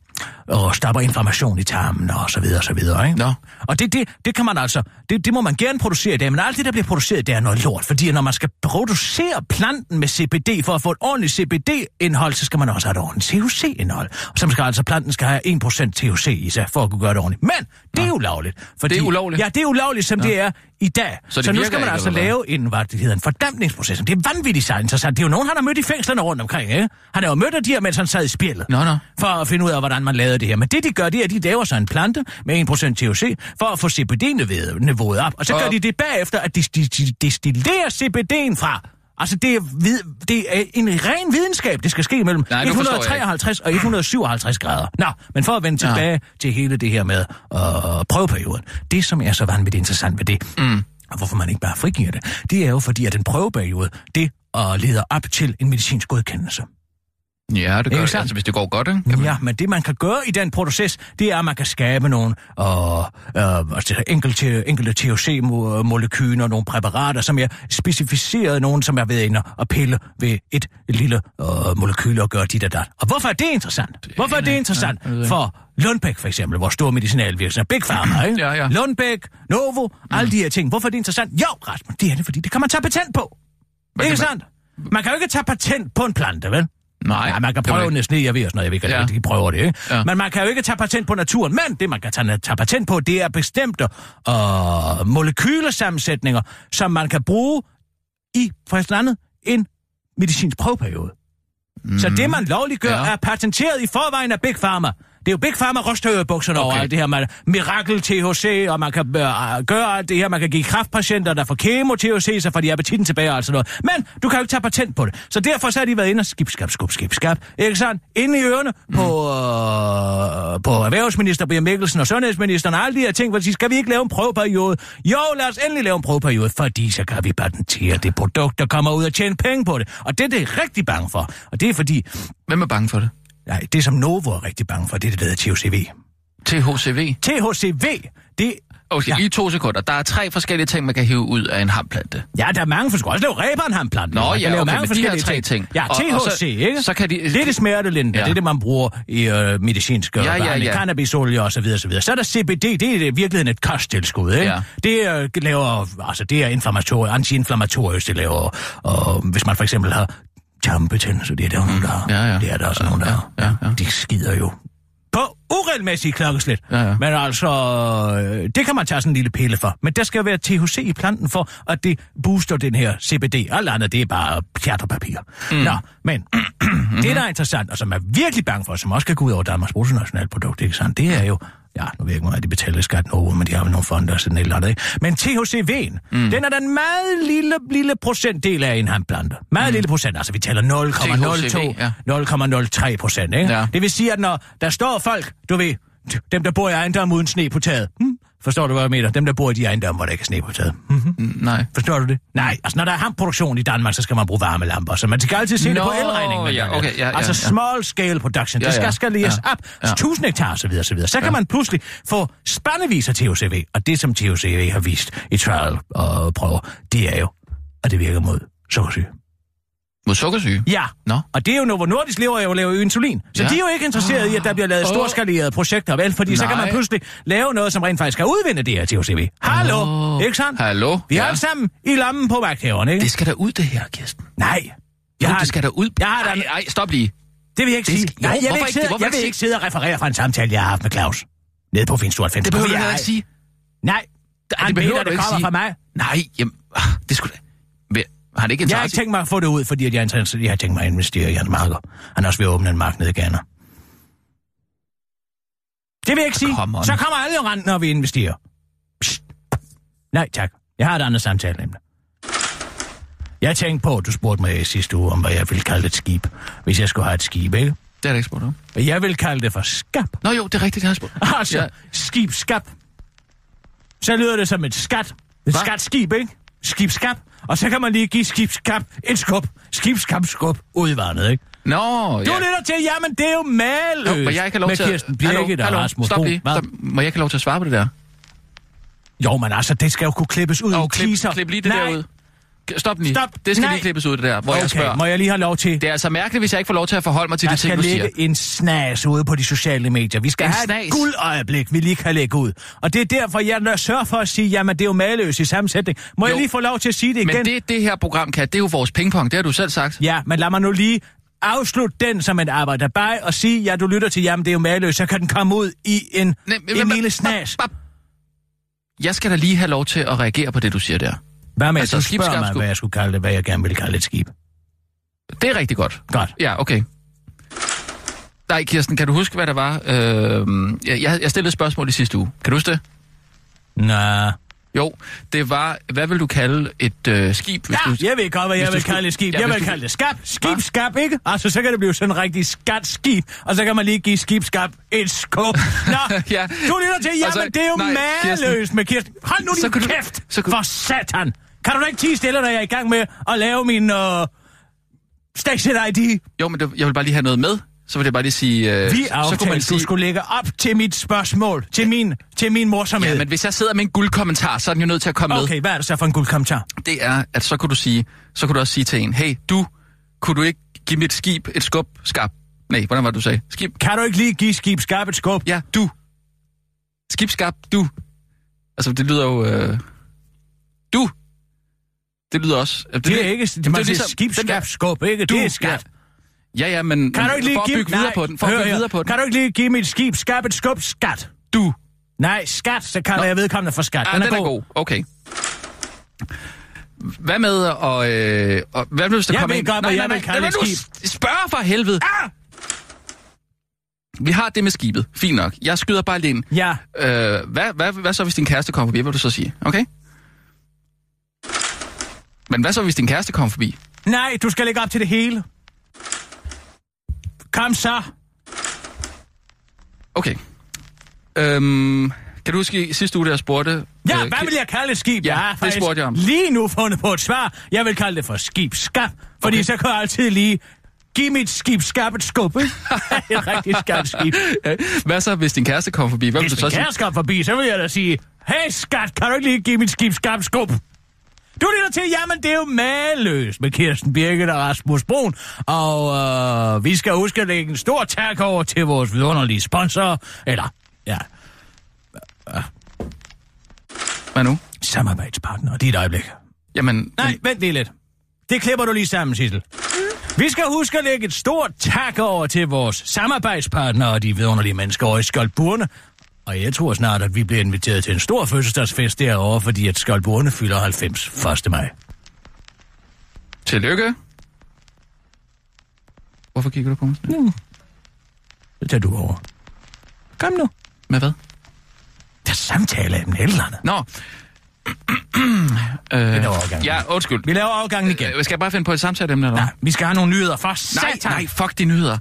[SPEAKER 5] og stopper information i tarmen og så videre og så videre, ikke?
[SPEAKER 4] Nå.
[SPEAKER 5] Og det, det, det kan man altså, det, det må man gerne producere i dag, men alt det, der bliver produceret, det er noget lort, fordi når man skal producere planten med CBD for at få et ordentligt CBD-indhold, så skal man også have et ordentligt THC-indhold, som skal altså, planten skal have 1% THC i sig, for at kunne gøre det ordentligt. Men det er ulovligt. Fordi,
[SPEAKER 4] Det er ulovligt?
[SPEAKER 5] Ja, det er ulovligt, som det er i dag.
[SPEAKER 4] Så det
[SPEAKER 5] så nu
[SPEAKER 4] virker
[SPEAKER 5] skal man
[SPEAKER 4] ikke,
[SPEAKER 5] altså
[SPEAKER 4] eller hvad?
[SPEAKER 5] lave en, hvad det hedder, en fordampningsproces. Det er vanvittigt så interessant. Det er jo nogen, han har mødt i fængslerne rundt omkring, ikke? Han har jo mødt af de her, mens han sad i spillet.
[SPEAKER 4] Nå, nå.
[SPEAKER 5] For at finde ud af, hvordan man lavede det her. Men det, de gør, det er, at de laver sig en plante med 1% THC, for at få CBD-niveauet op. Og så
[SPEAKER 4] Og-
[SPEAKER 5] gør de det bagefter, at de, de, de destillerer CBD'en fra. Altså, det er, vid, det er en ren videnskab, det skal ske mellem
[SPEAKER 4] Nej, nu forstår jeg ikke.
[SPEAKER 5] 153 og 157 grader. Nå, men for at vende tilbage til hele det her med øh, prøveperioden. Det, som er så vanvittigt interessant ved det, mm. og hvorfor man ikke bare frigiver det, det er jo fordi, at en prøveperiode, det øh, leder op til en medicinsk godkendelse.
[SPEAKER 4] Ja, det gør
[SPEAKER 5] Ikke
[SPEAKER 4] det.
[SPEAKER 5] sandt?
[SPEAKER 4] Altså, hvis det går godt, ikke?
[SPEAKER 5] Ja, men det man kan gøre i den proces, det er, at man kan skabe nogle øh, øh, altså enkelte, enkelte THC-molekyler, øh, nogle præparater, som er specificeret, nogle som er ved inde og pille ved et lille øh, molekyl og gøre dit og dat. Og hvorfor er det interessant? Hvorfor er det interessant for Lundbæk for eksempel, vores store medicinalvirksomhed, Big Pharma, ikke?
[SPEAKER 4] Ja, Mm. ja.
[SPEAKER 5] Lundbæk, Novo, alle de her ting. Hvorfor er det interessant? Jo, Rasmus, det er det, fordi det kan man tage patent på.
[SPEAKER 4] Hvad
[SPEAKER 5] ikke
[SPEAKER 4] kan man-
[SPEAKER 5] sandt? Man kan jo ikke tage patent på en plante, vel?
[SPEAKER 4] Nej,
[SPEAKER 5] ja, man kan
[SPEAKER 4] det var
[SPEAKER 5] prøve
[SPEAKER 4] det.
[SPEAKER 5] næsten jeg ved også noget, jeg ved ikke,
[SPEAKER 4] Ja.
[SPEAKER 5] ja. de prøver det, ikke?
[SPEAKER 4] Ja.
[SPEAKER 5] Ja. Men man kan jo ikke tage patent på naturen, men det, man kan tage, tage patent på, det er bestemte øh, molekylersammensætninger, som man kan bruge i, for eksempel andet, en medicinsk prøveperiode. Mm. Så det, man lovliggør,
[SPEAKER 4] Mhm. Ja.
[SPEAKER 5] ja. er patenteret i forvejen af Big Pharma. Det er jo Big Pharma ryster bukserne okay. over
[SPEAKER 4] Okay.
[SPEAKER 5] alt det her med mirakel THC, og man kan øh, gøre alt det her. Man kan give kraftpatienter, der får kemo THC, så får de appetitten tilbage og alt sådan noget. Men du kan jo ikke tage patent på det. Så derfor så har de været inde og skib, skab, skub, skib, skab. Ikke sandt? Inde i ørerne på, øh, på erhvervsminister Brian Mikkelsen og sundhedsministeren og alle de her ting, hvor de siger, skal vi ikke lave en prøveperiode? Jo, lad os endelig lave en prøveperiode, fordi så kan vi patentere det produkt, der kommer ud og tjene penge på det. Og det er det er rigtig bange for. Og det er fordi,
[SPEAKER 4] Hvem er bange for det?
[SPEAKER 5] nej, det som Novo er rigtig bange for, det er det, der hedder THCV.
[SPEAKER 4] THCV.
[SPEAKER 5] THCV, det...
[SPEAKER 4] Okay,
[SPEAKER 5] Ja.
[SPEAKER 4] ja. i to sekunder. Der er tre forskellige ting, man kan hive ud af en hamplante.
[SPEAKER 5] Ja, der er mange forskellige. Også lave ræbernhamplante.
[SPEAKER 4] Nå, ja,
[SPEAKER 5] lave
[SPEAKER 4] okay, men de her tre ting.
[SPEAKER 5] Ja,
[SPEAKER 4] Og-
[SPEAKER 5] THC,
[SPEAKER 4] og så-
[SPEAKER 5] ikke?
[SPEAKER 4] så kan de-
[SPEAKER 5] Det er det smertelindende.
[SPEAKER 4] Ja.
[SPEAKER 5] Ja. Det er det, man bruger i øh, medicinsk ja, ja, ja. cannabisolie og så videre, så videre. Så er der CBD, det er i virkeligheden et kosttilskud, ikke?
[SPEAKER 4] Ja.
[SPEAKER 5] Ja. Det er, øh, laver, altså, det er inflammatorisk, antiinflammatorisk, det laver, og hvis man for eksempel har tarmbetændelse, det er der jo nogen, der har.
[SPEAKER 4] Mm. Ja, ja.
[SPEAKER 5] Det er der også nogen, der har.
[SPEAKER 4] ja, ja.
[SPEAKER 5] De skider jo på uregelmæssige klokkeslæt.
[SPEAKER 4] Ja, ja.
[SPEAKER 5] Men altså, øh, det kan man tage sådan en lille pille for. Men der skal være THC i planten for, at det booster den her CBD. Alt andet, det er bare pjat og papir. Mm. Nå, men [clears throat] det, der er interessant, og som er virkelig bange for, som også kan gå ud over Danmarks bruttonationalprodukt, ikke sandt? Det er jo, ja, nu ved jeg ikke, hvor meget de betaler i skat nu, men de har vel nogle fonde og sådan et eller andet, ikke? Men THCV'en, mm. den er den meget lille, lille procentdel af en handplante. Meget mm. lille procent, altså vi taler 0,02,
[SPEAKER 4] ja.
[SPEAKER 5] 0,03 procent, ikke?
[SPEAKER 4] Ja.
[SPEAKER 5] Ja. Det vil sige, at når der står folk, du ved, dem der bor i ejendommen uden sne på taget, hmm? forstår du, hvad jeg mener? Dem der bor i de ejendomme, hvor der ikke er sne på taget. Hmm?
[SPEAKER 4] Nej.
[SPEAKER 5] Forstår du det? Nej, altså når der er hamproduktion i Danmark, så skal man bruge varmelamper, så man skal altid se det
[SPEAKER 4] Nå,
[SPEAKER 5] på elregningen. man
[SPEAKER 4] ja,
[SPEAKER 5] gør det.
[SPEAKER 4] okay, ja, ja,
[SPEAKER 5] altså
[SPEAKER 4] ja.
[SPEAKER 5] small scale production,
[SPEAKER 4] Ja,
[SPEAKER 5] ja, det
[SPEAKER 4] ja,
[SPEAKER 5] skal skaleres
[SPEAKER 4] ja,
[SPEAKER 5] op,
[SPEAKER 4] ja.
[SPEAKER 5] 1000 hektar osv. osv. Så, videre. så kan man pludselig få spandevis af THCV, og det som THCV har vist i trial og prøver, det er jo, at det virker mod sukkersyge.
[SPEAKER 4] Mod sukkersyge?
[SPEAKER 5] Ja,
[SPEAKER 4] Nå.
[SPEAKER 5] og det er jo Novo Nordisk lever jo laver insulin. Så
[SPEAKER 4] Ja.
[SPEAKER 5] ja. de er jo ikke interesseret i, at der bliver lavet
[SPEAKER 4] Åh.
[SPEAKER 5] storskalerede projekter, vel? Fordi Nej. så kan man
[SPEAKER 4] Nej.
[SPEAKER 5] pludselig lave noget, som rent faktisk kan udvinde det her THCV. Hallo,
[SPEAKER 4] Åh.
[SPEAKER 5] ikke sandt?
[SPEAKER 4] Hallo?
[SPEAKER 5] Vi er alle sammen i lammen på vagthaveren, ikke?
[SPEAKER 4] Det
[SPEAKER 5] Det...
[SPEAKER 4] skal der ud, det her, Kirsten.
[SPEAKER 5] Nej.
[SPEAKER 4] Jo,
[SPEAKER 5] har-
[SPEAKER 4] det skal der ud.
[SPEAKER 5] Jeg har da-
[SPEAKER 4] Ej, ej, stop lige.
[SPEAKER 5] Det vil jeg ikke
[SPEAKER 4] Det
[SPEAKER 5] sige.
[SPEAKER 4] skal-
[SPEAKER 5] Nej,
[SPEAKER 4] Jo,
[SPEAKER 5] jeg
[SPEAKER 4] hvorfor
[SPEAKER 5] vil
[SPEAKER 4] ikke?
[SPEAKER 5] ikke sidde,
[SPEAKER 4] Hvorfor
[SPEAKER 5] jeg vil
[SPEAKER 4] ikke
[SPEAKER 5] ikke sidde og referere fra en samtale, jeg har haft med Claus. Nede på Fins 92.
[SPEAKER 4] Det behøver du
[SPEAKER 5] vil jeg
[SPEAKER 4] heller ikke sige.
[SPEAKER 5] Nej,
[SPEAKER 4] Ej,
[SPEAKER 5] han
[SPEAKER 4] behøver
[SPEAKER 5] mener,
[SPEAKER 4] du
[SPEAKER 5] det
[SPEAKER 4] ikke
[SPEAKER 5] kommer
[SPEAKER 4] sige.
[SPEAKER 5] fra mig.
[SPEAKER 4] Nej, jamen, ah, det skulle da... Hvad- Har det ikke en
[SPEAKER 5] Jeg har ikke tænkt mig at få det ud, fordi at jeg, er interesseret- jeg har tænkt mig at investere i hans marker. Han er også ved at åbne en mark nede i Ghana. Det vil jeg ikke sige.
[SPEAKER 4] Come on.
[SPEAKER 5] Så kommer alle jo rent, når vi investerer. Psst. Nej, tak. Jeg har et andet samtaleemne. Jeg tænkte på, at du spurgte mig i sidste uge, om hvad jeg ville kalde et skib. Hvis jeg skulle have et skib, ikke?
[SPEAKER 4] Det er der ikke spurgt om.
[SPEAKER 5] Jeg vil kalde det for skab.
[SPEAKER 4] Nå jo, det er rigtigt, det har jeg spurgt.
[SPEAKER 5] Altså,
[SPEAKER 4] Ja.
[SPEAKER 5] ja. skib skab. Så lyder det som et skat. Et skatskib, ikke? Skib skab. Og så kan man lige give skib skab en skub. Skib skab skub ud i vandet, ikke?
[SPEAKER 4] Nå,
[SPEAKER 5] Du
[SPEAKER 4] ja.
[SPEAKER 5] lytter til, jamen det er jo maløst.
[SPEAKER 4] Nå, må jeg ikke have lov
[SPEAKER 5] med
[SPEAKER 4] til at...
[SPEAKER 5] Kirsten Birgit og Rasmus
[SPEAKER 4] stop
[SPEAKER 5] Bro.
[SPEAKER 4] lige.
[SPEAKER 5] Hvad?
[SPEAKER 4] Stop. Må jeg ikke have lov til at svare på det der?
[SPEAKER 5] Jo, men altså, det skal jo kunne klippes ud i
[SPEAKER 4] Nå,
[SPEAKER 5] en teaser.
[SPEAKER 4] klip, klip lige det
[SPEAKER 5] Nej.
[SPEAKER 4] der ud. K- Stop lige.
[SPEAKER 5] Stop.
[SPEAKER 4] Det skal
[SPEAKER 5] Nej.
[SPEAKER 4] lige klippes ud, det der, hvor okay,
[SPEAKER 5] okay,
[SPEAKER 4] jeg spørger.
[SPEAKER 5] må jeg lige have lov til?
[SPEAKER 4] Det er altså mærkeligt, hvis jeg ikke får lov til at forholde mig til
[SPEAKER 5] der
[SPEAKER 4] de ting,
[SPEAKER 5] skal
[SPEAKER 4] du siger.
[SPEAKER 5] ligge en snas ude på de sociale medier. Vi skal
[SPEAKER 4] En
[SPEAKER 5] have
[SPEAKER 4] snas?
[SPEAKER 5] et guldøjeblik, vi lige kan lægge ud. Og det er derfor, jeg nø- sørger for at sige, jamen det er jo maløst i sammensætning. Må jo.
[SPEAKER 4] Jo.
[SPEAKER 5] jeg lige få lov til at sige det igen?
[SPEAKER 4] Men det, det her program kan, det er jo vores pingpong, det har du selv sagt.
[SPEAKER 5] Ja, men lad mig nu lige afslutte den som et arbejde bare og sige, ja, du lytter til, jamen det er jo maløst, så kan den komme ud i en,
[SPEAKER 4] Nej, men-
[SPEAKER 5] en
[SPEAKER 4] men-
[SPEAKER 5] lille
[SPEAKER 4] men-
[SPEAKER 5] snas.
[SPEAKER 4] bap, bap. Jeg skal da lige have lov til at reagere på det, du siger der.
[SPEAKER 5] Hvad med,
[SPEAKER 4] Altså,
[SPEAKER 5] altså, du
[SPEAKER 4] skib, skab,
[SPEAKER 5] spørger mig,
[SPEAKER 4] skub.
[SPEAKER 5] hvad jeg skulle kalde det, hvad jeg gerne ville kalde et skib.
[SPEAKER 4] Det er rigtig godt.
[SPEAKER 5] Godt.
[SPEAKER 4] Ja, okay. Nej, Kirsten, kan du huske, hvad der var? Øh, jeg, jeg jeg stillede et spørgsmål i sidste uge. Kan du huske det?
[SPEAKER 5] Nå.
[SPEAKER 4] Jo, det var, hvad vil du kalde et øh, skib? Hvis du...
[SPEAKER 5] Ja, jeg ved godt, hvad
[SPEAKER 4] hvis
[SPEAKER 5] jeg
[SPEAKER 4] du
[SPEAKER 5] vil
[SPEAKER 4] skulle-
[SPEAKER 5] kalde et skib.
[SPEAKER 4] Ja,
[SPEAKER 5] Jeg
[SPEAKER 4] hvis
[SPEAKER 5] vil
[SPEAKER 4] du-
[SPEAKER 5] kalde det skab.
[SPEAKER 4] Hva?
[SPEAKER 5] Skib, skab, ikke? Altså, så kan det blive sådan en rigtig skat skib, og så kan man lige give skib, skab et skub. Nå,
[SPEAKER 4] [laughs] Ja.
[SPEAKER 5] ja. du lytter til,
[SPEAKER 4] Og så-
[SPEAKER 5] jamen det er jo
[SPEAKER 4] nej,
[SPEAKER 5] mageløst
[SPEAKER 4] Kirsten.
[SPEAKER 5] med Kirsten. Hold nu
[SPEAKER 4] Så
[SPEAKER 5] din
[SPEAKER 4] kan du-
[SPEAKER 5] kæft,
[SPEAKER 4] så kan-
[SPEAKER 5] for satan. Kan du da ikke tige stille, når jeg er i gang med at lave min øh, Station ID?
[SPEAKER 4] Jo, men det, jeg vil bare lige have noget med. Så vil jeg bare lige sige... Øh,
[SPEAKER 5] Vi
[SPEAKER 4] så kunne
[SPEAKER 5] aftalte,
[SPEAKER 4] man
[SPEAKER 5] du
[SPEAKER 4] sige,
[SPEAKER 5] skulle lægge op til mit spørgsmål, til min, til min morsomhed.
[SPEAKER 4] Ja, men hvis jeg sidder med en guldkommentar, så er den jo nødt til at komme med.
[SPEAKER 5] Okay, hvad er det så for en guldkommentar?
[SPEAKER 4] det er, at så kunne du sige, så kunne du også sige til en, hey, du, kunne du ikke give mit skib et skub, skab? Nej, hvordan var det, du sagde? Skib,
[SPEAKER 5] Kan du ikke lige give skib, skab et skub?
[SPEAKER 4] ja, du. Skib, skab, du. Altså, det lyder jo... Øh, du. Det lyder også... Det,
[SPEAKER 5] Det er ikke, det, man
[SPEAKER 4] er
[SPEAKER 5] siger
[SPEAKER 4] ligesom-
[SPEAKER 5] skib,
[SPEAKER 4] den der-
[SPEAKER 5] skab, skub, ikke?
[SPEAKER 4] Du,
[SPEAKER 5] Det er skab.
[SPEAKER 4] Ja, ja, men
[SPEAKER 5] Kan du ikke lige
[SPEAKER 4] for at
[SPEAKER 5] give...
[SPEAKER 4] bygge videre
[SPEAKER 5] Nej,
[SPEAKER 4] på den, for at
[SPEAKER 5] hør
[SPEAKER 4] bygge
[SPEAKER 5] her.
[SPEAKER 4] videre på den,
[SPEAKER 5] Kan du ikke lige give mit skib skab et skub skat?
[SPEAKER 4] du.
[SPEAKER 5] Nej, skat, så kalder
[SPEAKER 4] Nå.
[SPEAKER 5] jeg vedkommende for skat.
[SPEAKER 4] Ja, den, er, god. Okay. Hvad med at... Øh, og, hvad hvis der
[SPEAKER 5] Jeg
[SPEAKER 4] kommer
[SPEAKER 5] ved
[SPEAKER 4] en...
[SPEAKER 5] godt, hvad jeg vil kalde
[SPEAKER 4] lad
[SPEAKER 5] et
[SPEAKER 4] mig nu s- spørge for helvede. Ah! Vi har det med skibet. Fint nok. Jeg skyder bare lige ind.
[SPEAKER 5] Ja,
[SPEAKER 4] Øh, hvad, hvad, hvad så, hvis din kæreste kommer forbi? Hvad vil du så sige? Okay? Men hvad så, hvis din kæreste kommer forbi?
[SPEAKER 5] nej, du skal lægge op til det hele. Kom så.
[SPEAKER 4] Okay. Øhm, kan du huske i sidste uge, da jeg spurgte...
[SPEAKER 5] Ja,
[SPEAKER 4] øh,
[SPEAKER 5] hvad
[SPEAKER 4] Ki-
[SPEAKER 5] vil jeg kalde et skib?
[SPEAKER 4] Ja,
[SPEAKER 5] Jeg har
[SPEAKER 4] det
[SPEAKER 5] faktisk
[SPEAKER 4] spurgte jeg om.
[SPEAKER 5] Lige nu fundet på et svar. Jeg vil kalde det for skibskab, fordi
[SPEAKER 4] Okay.
[SPEAKER 5] så kan jeg altid lige give mit skibskab et skub,
[SPEAKER 4] [laughs]
[SPEAKER 5] ikke? et rigtigt skat skib.
[SPEAKER 4] Hvad så, hvis din kæreste kommer forbi? Hvad vil
[SPEAKER 5] Hvis
[SPEAKER 4] du så
[SPEAKER 5] min
[SPEAKER 4] sige?
[SPEAKER 5] kæreste kom forbi, så vil jeg da sige, hey skat, kan du ikke lige give mit skibskab et skub? Du lytter til, jamen det er jo maløst med Kirsten Birgit og Rasmus Brun. Og øh, vi skal huske at lægge en stor tak over til vores vidunderlige sponsorer. Eller, ja,
[SPEAKER 4] Hvad nu?
[SPEAKER 5] samarbejdspartnere. Lige et øjeblik.
[SPEAKER 4] Jamen...
[SPEAKER 5] Nej,
[SPEAKER 4] men-
[SPEAKER 5] vent lige lidt. Det klipper du lige sammen, Sissel. Vi skal huske at lægge et stort tak over til vores samarbejdspartnere og de vidunderlige mennesker over i Skoldburne. Og jeg tror snart, at vi bliver inviteret til en stor fødselsdagsfest derovre, fordi at Skoldburne fylder 90 1. maj.
[SPEAKER 4] Tillykke. Hvorfor kigger du på mig? sådan?
[SPEAKER 5] Det tager du over. Kom nu.
[SPEAKER 4] Med hvad?
[SPEAKER 5] Der er samtale af dem et eller andet.
[SPEAKER 4] Nå.
[SPEAKER 5] Vi laver afgangen.
[SPEAKER 4] Ja, undskyld.
[SPEAKER 5] Vi laver afgangen igen.
[SPEAKER 4] Øh, Skal jeg bare finde på et samtale dem, eller hvad?
[SPEAKER 5] Nej, vi skal have nogle nyheder for
[SPEAKER 4] nej,
[SPEAKER 5] satan.
[SPEAKER 4] nej, fuck de nyheder.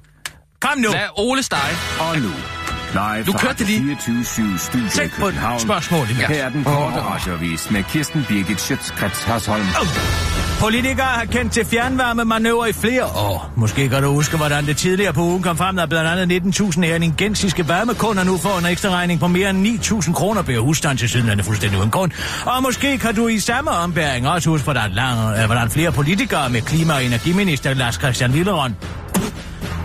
[SPEAKER 5] Kom nu.
[SPEAKER 4] Lad Ole stege.
[SPEAKER 6] Og nu, live
[SPEAKER 4] Du
[SPEAKER 6] fra
[SPEAKER 4] kørte det lige.
[SPEAKER 6] 24 Studio
[SPEAKER 5] Tænk
[SPEAKER 6] i
[SPEAKER 5] på et
[SPEAKER 6] København.
[SPEAKER 5] spørgsmål imens.
[SPEAKER 6] Her er den korte radiovis med Kirsten Birgit Schøtzgrads Hasholm.
[SPEAKER 5] Politikere har kendt til fjernvarmemanøvrer i flere år. Måske kan du huske, hvordan det tidligere på ugen kom frem, at blandt andet 19.000 herningensiske varmekunder nu får en ekstra regning på mere end 9.000 kroner per husstand til siden er fuldstændig uden grund. Og måske kan du i samme ombæring også huske, hvordan, lang, øh, hvordan flere politikere med klima- og energiminister Lars Christian Lilleron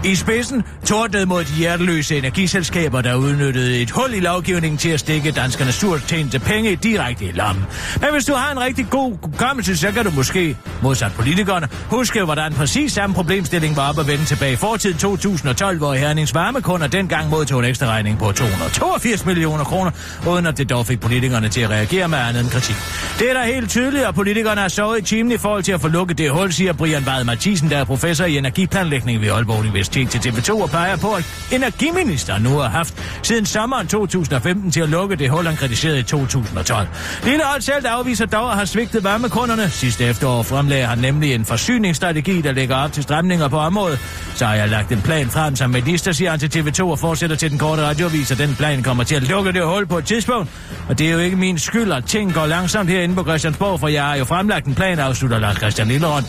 [SPEAKER 5] i spidsen tordnede mod de hjerteløse energiselskaber, der udnyttede et hul i lovgivningen til at stikke danskernes surt tjente penge direkte i lommen. Men hvis du har en rigtig god hukommelse, så kan du måske, modsat politikerne, huske, hvordan præcis samme problemstilling var op at vende tilbage i fortiden 2012, hvor Hernings varmekunder dengang modtog en ekstra regning på 282 millioner kroner, uden at det dog fik politikerne til at reagere med andet end kritik. Det er da helt tydeligt, at politikerne har sovet i timen i forhold til at få lukket det hul, siger Brian Bad Mathisen, der er professor i energiplanlægning ved Aalborg Universitet. Kritik til TV2 og peger på, at energiministeren nu har haft siden sommeren 2015 til at lukke det hul, han kritiserede i 2012. Lille Holtshalt afviser dog at have svigtet varmekunderne. Sidste efterår fremlagde han nemlig en forsyningsstrategi, der lægger op til stramninger på området. Så har jeg lagt en plan frem som minister, siger han til TV2 og fortsætter til den korte radioavis, og den plan kommer til at lukke det hul på et tidspunkt. Og det er jo ikke min skyld, at ting går langsomt herinde på Christiansborg, for jeg har jo fremlagt en plan, afslutter Lars Christian Lillerød.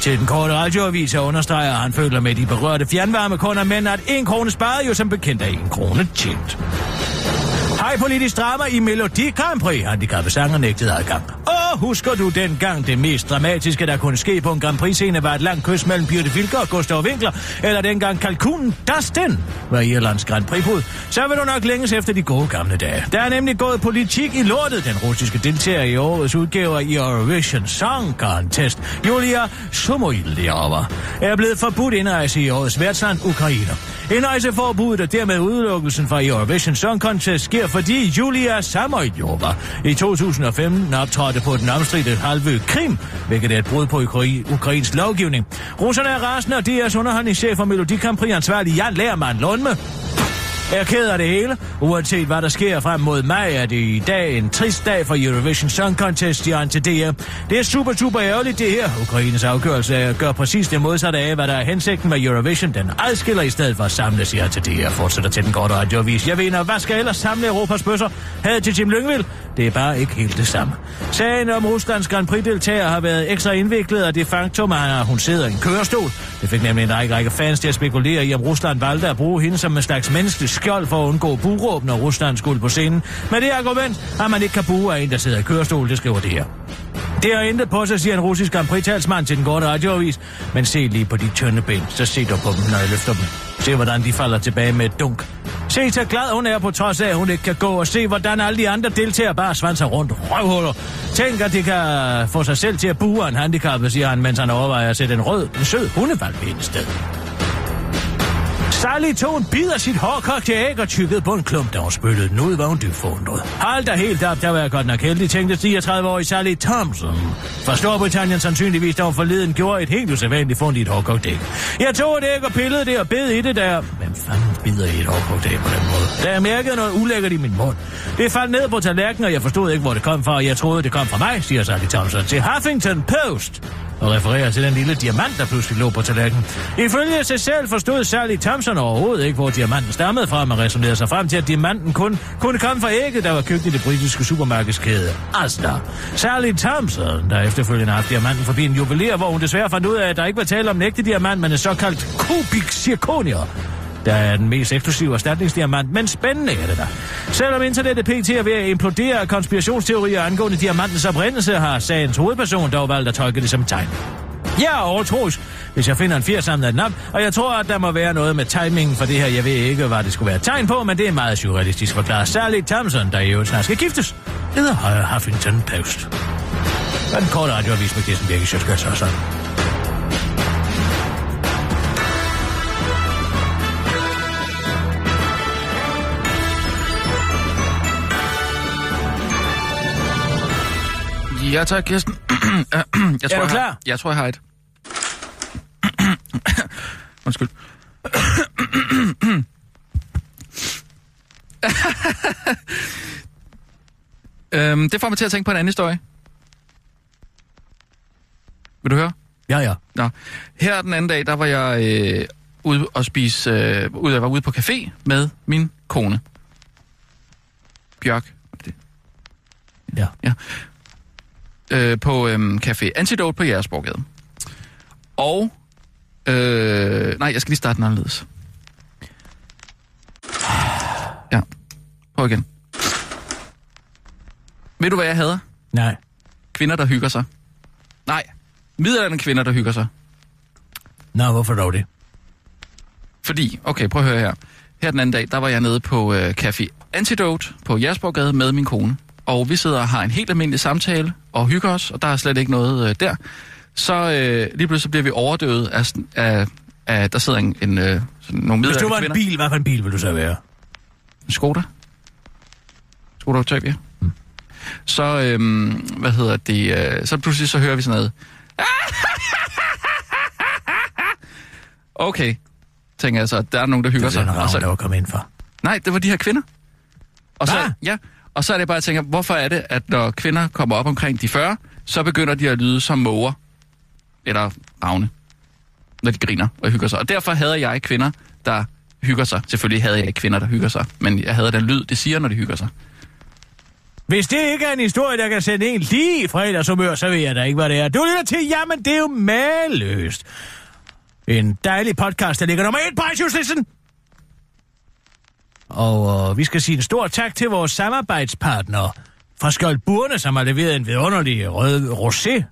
[SPEAKER 5] Til den korte radioavis her understreger, at han føler med de berørte fjernvarmekunder, men at en krone sparet jo som bekendt er en krone tjent. Hej politisk drama i Melodi Grand Prix. Handicappede sanger nægtede adgang. Og husker du dengang det mest dramatiske, der kunne ske på en Grand Prix-scene, var et langt kys mellem Birte Filker og Gustav Winkler, eller dengang kalkunen Dustin var Irlands Grand Prix-bud, så vil du nok længes efter de gode gamle dage. Der er nemlig gået politik i lortet, den russiske deltager i årets udgave i Eurovision Song Contest, Julia Sumoiljova, er blevet forbudt indrejse i årets værtsland Ukraine. Indrejseforbuddet og dermed udelukkelsen fra Eurovision Song Contest sker sker, fordi Julia Samoyova i 2015 optrådte på den omstridte halvø Krim, hvilket er et brud på ukra- ukrainsk lovgivning. Russerne er rasende, og DR's underholdningschef for Melodikampri ansvarlig Jan Lærmann Lundme jeg er ked af det hele. Uanset hvad der sker frem mod mig, er det i dag en trist dag for Eurovision Song Contest, siger han til DR. Det er super, super ærgerligt det her. Ukraines afgørelse er at gøre præcis det modsatte af, hvad der er hensigten med Eurovision. Den adskiller i stedet for at samle, siger han til DR. Fortsætter til den korte radioavis. Jeg mener, hvad skal ellers samle Europas bøsser? Had til Jim Lyngvild? Det er bare ikke helt det samme. Sagen om Ruslands Grand Prix-deltager har været ekstra indviklet, og det faktum, at hun sidder i en kørestol. Det fik nemlig en række, række fans til at spekulere i, om Rusland valgte at bruge hende som en slags menneskelig skjold for at undgå buråb, når Rusland skulle på scenen. Men det argument, at man ikke kan buge af en, der sidder i kørestol, det skriver det her. Det har intet på sig, siger en russisk Grand Prix-talsmand til den korte radioavis. Men se lige på de tynde ben, så se dog på dem, når jeg løfter dem. Se, hvordan de falder tilbage med et dunk. Se, så glad hun er på trods af, at hun ikke kan gå, og se, hvordan alle de andre deltager bare svanser rundt røvhuller. Tænk, at det kan få sig selv til at bue en handicappet, siger han, mens han overvejer at sætte en rød, en sød hundevalg i sted. Sally tog en bid af sit hårdkogte æg og tykkede på en klump, da hun spyttede den ud, var hun dybt forundret. Hold da helt op, der var jeg godt nok heldig, tænkte 39-årig Sally Thompson. Fra Storbritannien sandsynligvis, da hun forleden gjorde et helt usædvanligt fund i et hårdkogt æg. Jeg tog et æg og pillede det og bed i det der. Hvem fanden bider i et hårdkogt æg på den måde? Da jeg mærkede noget ulækkert i min mund. Det faldt ned på tallerkenen, og jeg forstod ikke, hvor det kom fra, og jeg troede, det kom fra mig, siger Sally Thompson til Huffington Post og refererer til den lille diamant, der pludselig lå på tallerkenen. Ifølge sig selv forstod Sally Thompson overhovedet ikke, hvor diamanten stammede fra, men resonerede sig frem til, at diamanten kun kunne komme fra ægget, der var købt i det britiske supermarkedskæde Asda. Sally Thompson, der efterfølgende har haft diamanten forbi en juveler, hvor hun desværre fandt ud af, at der ikke var tale om en ægte diamant, men en såkaldt kubik zirconier der er den mest eksklusive erstatningsdiamant, men spændende er det da. Selvom internettet pt. er ved at implodere af konspirationsteorier angående diamantens oprindelse, har sagens hovedperson dog valgt at tolke det som et tegn. Jeg er overtroisk, hvis jeg finder en fjer samler den op, og jeg tror, at der må være noget med timingen for det her. Jeg ved ikke, hvad det skulle være et tegn på, men det er meget surrealistisk forklaret. Særligt Thompson, der i øvrigt snart skal giftes, hedder Huffington Post. Og den korte radioavis med Kirsten Birke, så skal sådan.
[SPEAKER 4] Ja, tak, Kirsten. [clears throat] jeg tror,
[SPEAKER 5] du
[SPEAKER 4] jeg
[SPEAKER 5] klar?
[SPEAKER 4] Har, jeg tror, jeg har et. [clears throat] Undskyld. [clears throat] øhm, det får mig til at tænke på en anden historie. Vil du høre?
[SPEAKER 5] Ja, ja.
[SPEAKER 4] Nå. Her den anden dag, der var jeg øh, ude og spise, øh, ude, jeg var ude på café med min kone. Bjørk. Det.
[SPEAKER 5] Ja.
[SPEAKER 4] ja. Øh, på øh, café Antidote på Jægersborgade. Og... Øh, nej, jeg skal lige starte den anderledes. Ja. Prøv igen. Ved du, hvad jeg hader?
[SPEAKER 5] Nej.
[SPEAKER 4] Kvinder, der hygger sig. Nej, middelalderen kvinder, der hygger sig.
[SPEAKER 5] Nå, hvorfor dog det?
[SPEAKER 4] Fordi, okay, prøv at høre her. Her den anden dag, der var jeg nede på øh, Café Antidote på Jægersborggade med min kone. Og vi sidder og har en helt almindelig samtale og hygger os, og der er slet ikke noget øh, der. Så øh, lige pludselig bliver vi overdøvet af, sådan- af, af der sidder en, en øh, sådan nogle
[SPEAKER 5] Hvis du var
[SPEAKER 4] middelalderen kvinder.
[SPEAKER 5] en bil, hvad for en bil ville du så være?
[SPEAKER 4] En Skoda. Skoda Octavia.
[SPEAKER 5] Mm.
[SPEAKER 4] Så, øhm, hvad hedder det, øh, så pludselig så hører vi sådan noget. [laughs] Okay, tænker jeg så, at der er nogen, der hygger
[SPEAKER 5] Det
[SPEAKER 4] sig.
[SPEAKER 5] er den
[SPEAKER 4] Og
[SPEAKER 5] ravn, Altså, der
[SPEAKER 4] så,
[SPEAKER 5] var kommet ind for.
[SPEAKER 4] nej, det var de her kvinder. Og
[SPEAKER 5] Hvad?
[SPEAKER 4] så, ja, og så er det bare, at jeg tænker, hvorfor er det, at når kvinder kommer op omkring de 40, så begynder de at lyde som måger eller ravne, når de griner og hygger sig. Og derfor havde jeg kvinder, der hygger sig. Selvfølgelig havde jeg ikke kvinder, der hygger sig, men jeg havde den lyd, det siger, når de hygger sig.
[SPEAKER 5] Hvis det ikke er en historie, der kan sende en lige i fredagshumør, så ved jeg da ikke, hvad det er. Du lytter til, jamen det er jo maløst. En dejlig podcast, der ligger nummer et på iTunes-listen. Og øh, vi skal sige en stor tak til vores samarbejdspartnere fra Skjold Burne, som har leveret en vidunderlig rød rosé,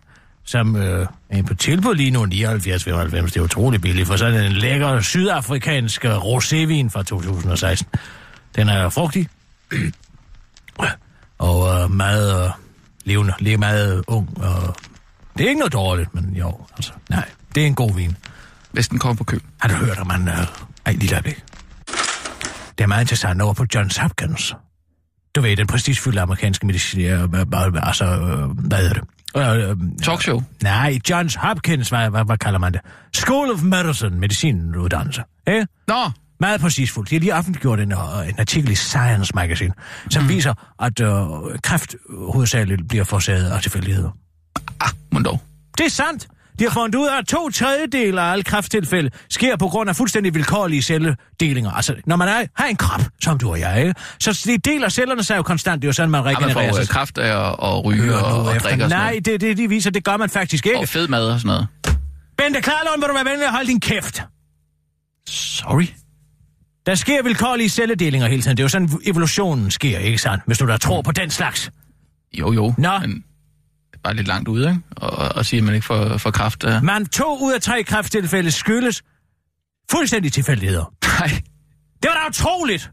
[SPEAKER 5] som øh, er på tilbud lige nu 79 95. Det er utrolig billigt for sådan en lækker sydafrikansk rosévin fra 2016. Den er frugtig, og øh, meget øh, levende, lige meget ung. Og det er ikke noget dårligt, men jo, altså, nej, det er en god vin.
[SPEAKER 4] Hvis den kommer på køl.
[SPEAKER 5] Har du hørt om han... Øh, ej, lige et øjeblik. Det er meget interessant over på Johns Hopkins. Du ved, den prestigefyldte amerikanske medicin... Øh, øh, altså, øh, hvad hedder det? Øh, øh,
[SPEAKER 4] Talkshow.
[SPEAKER 5] nej, Johns Hopkins, hvad, hvad, hvad kalder man det? School of Medicine, medicinuddannelse. Ikke?
[SPEAKER 4] Nå,
[SPEAKER 5] Meget præcisfuldt. Jeg har lige offentliggjort en, øh, en artikel i Science Magazine, som
[SPEAKER 4] Mhm.
[SPEAKER 5] mm. viser, at øh, kræft hovedsageligt bliver forårsaget af tilfældigheder.
[SPEAKER 4] må Ah, dog.
[SPEAKER 5] Det er sandt. De har fundet ud af, at to tredjedele af alle kræfttilfælde sker på grund af fuldstændig vilkårlige celledelinger. Altså, når man er, har en krop, som du og jeg, ikke? så de deler cellerne sig jo konstant. Det er jo sådan, man
[SPEAKER 4] Ej, man
[SPEAKER 5] regenererer
[SPEAKER 4] får øh,
[SPEAKER 5] sig.
[SPEAKER 4] kraft af at, at ryge
[SPEAKER 5] Hører
[SPEAKER 4] og,
[SPEAKER 5] du
[SPEAKER 4] og,
[SPEAKER 5] efter?
[SPEAKER 4] drikke og sådan
[SPEAKER 5] Nej,
[SPEAKER 4] noget.
[SPEAKER 5] det, det de viser, det gør man faktisk ikke.
[SPEAKER 4] Og fed mad og sådan noget.
[SPEAKER 5] Bente Klarlund, vil du være venlig at holde din kæft?
[SPEAKER 4] Sorry.
[SPEAKER 5] Der sker vilkårlige celledelinger hele tiden. Det er jo sådan, evolutionen sker, ikke sandt? Hvis du da tror på den slags.
[SPEAKER 4] Jo, jo.
[SPEAKER 5] Nå.
[SPEAKER 4] Men det er bare lidt langt ude, ikke? Og, og sige, at man ikke får, får kraft af...
[SPEAKER 5] Man to ud af tre kræfttilfælde skyldes fuldstændig tilfældigheder.
[SPEAKER 4] Nej.
[SPEAKER 5] Det var da utroligt!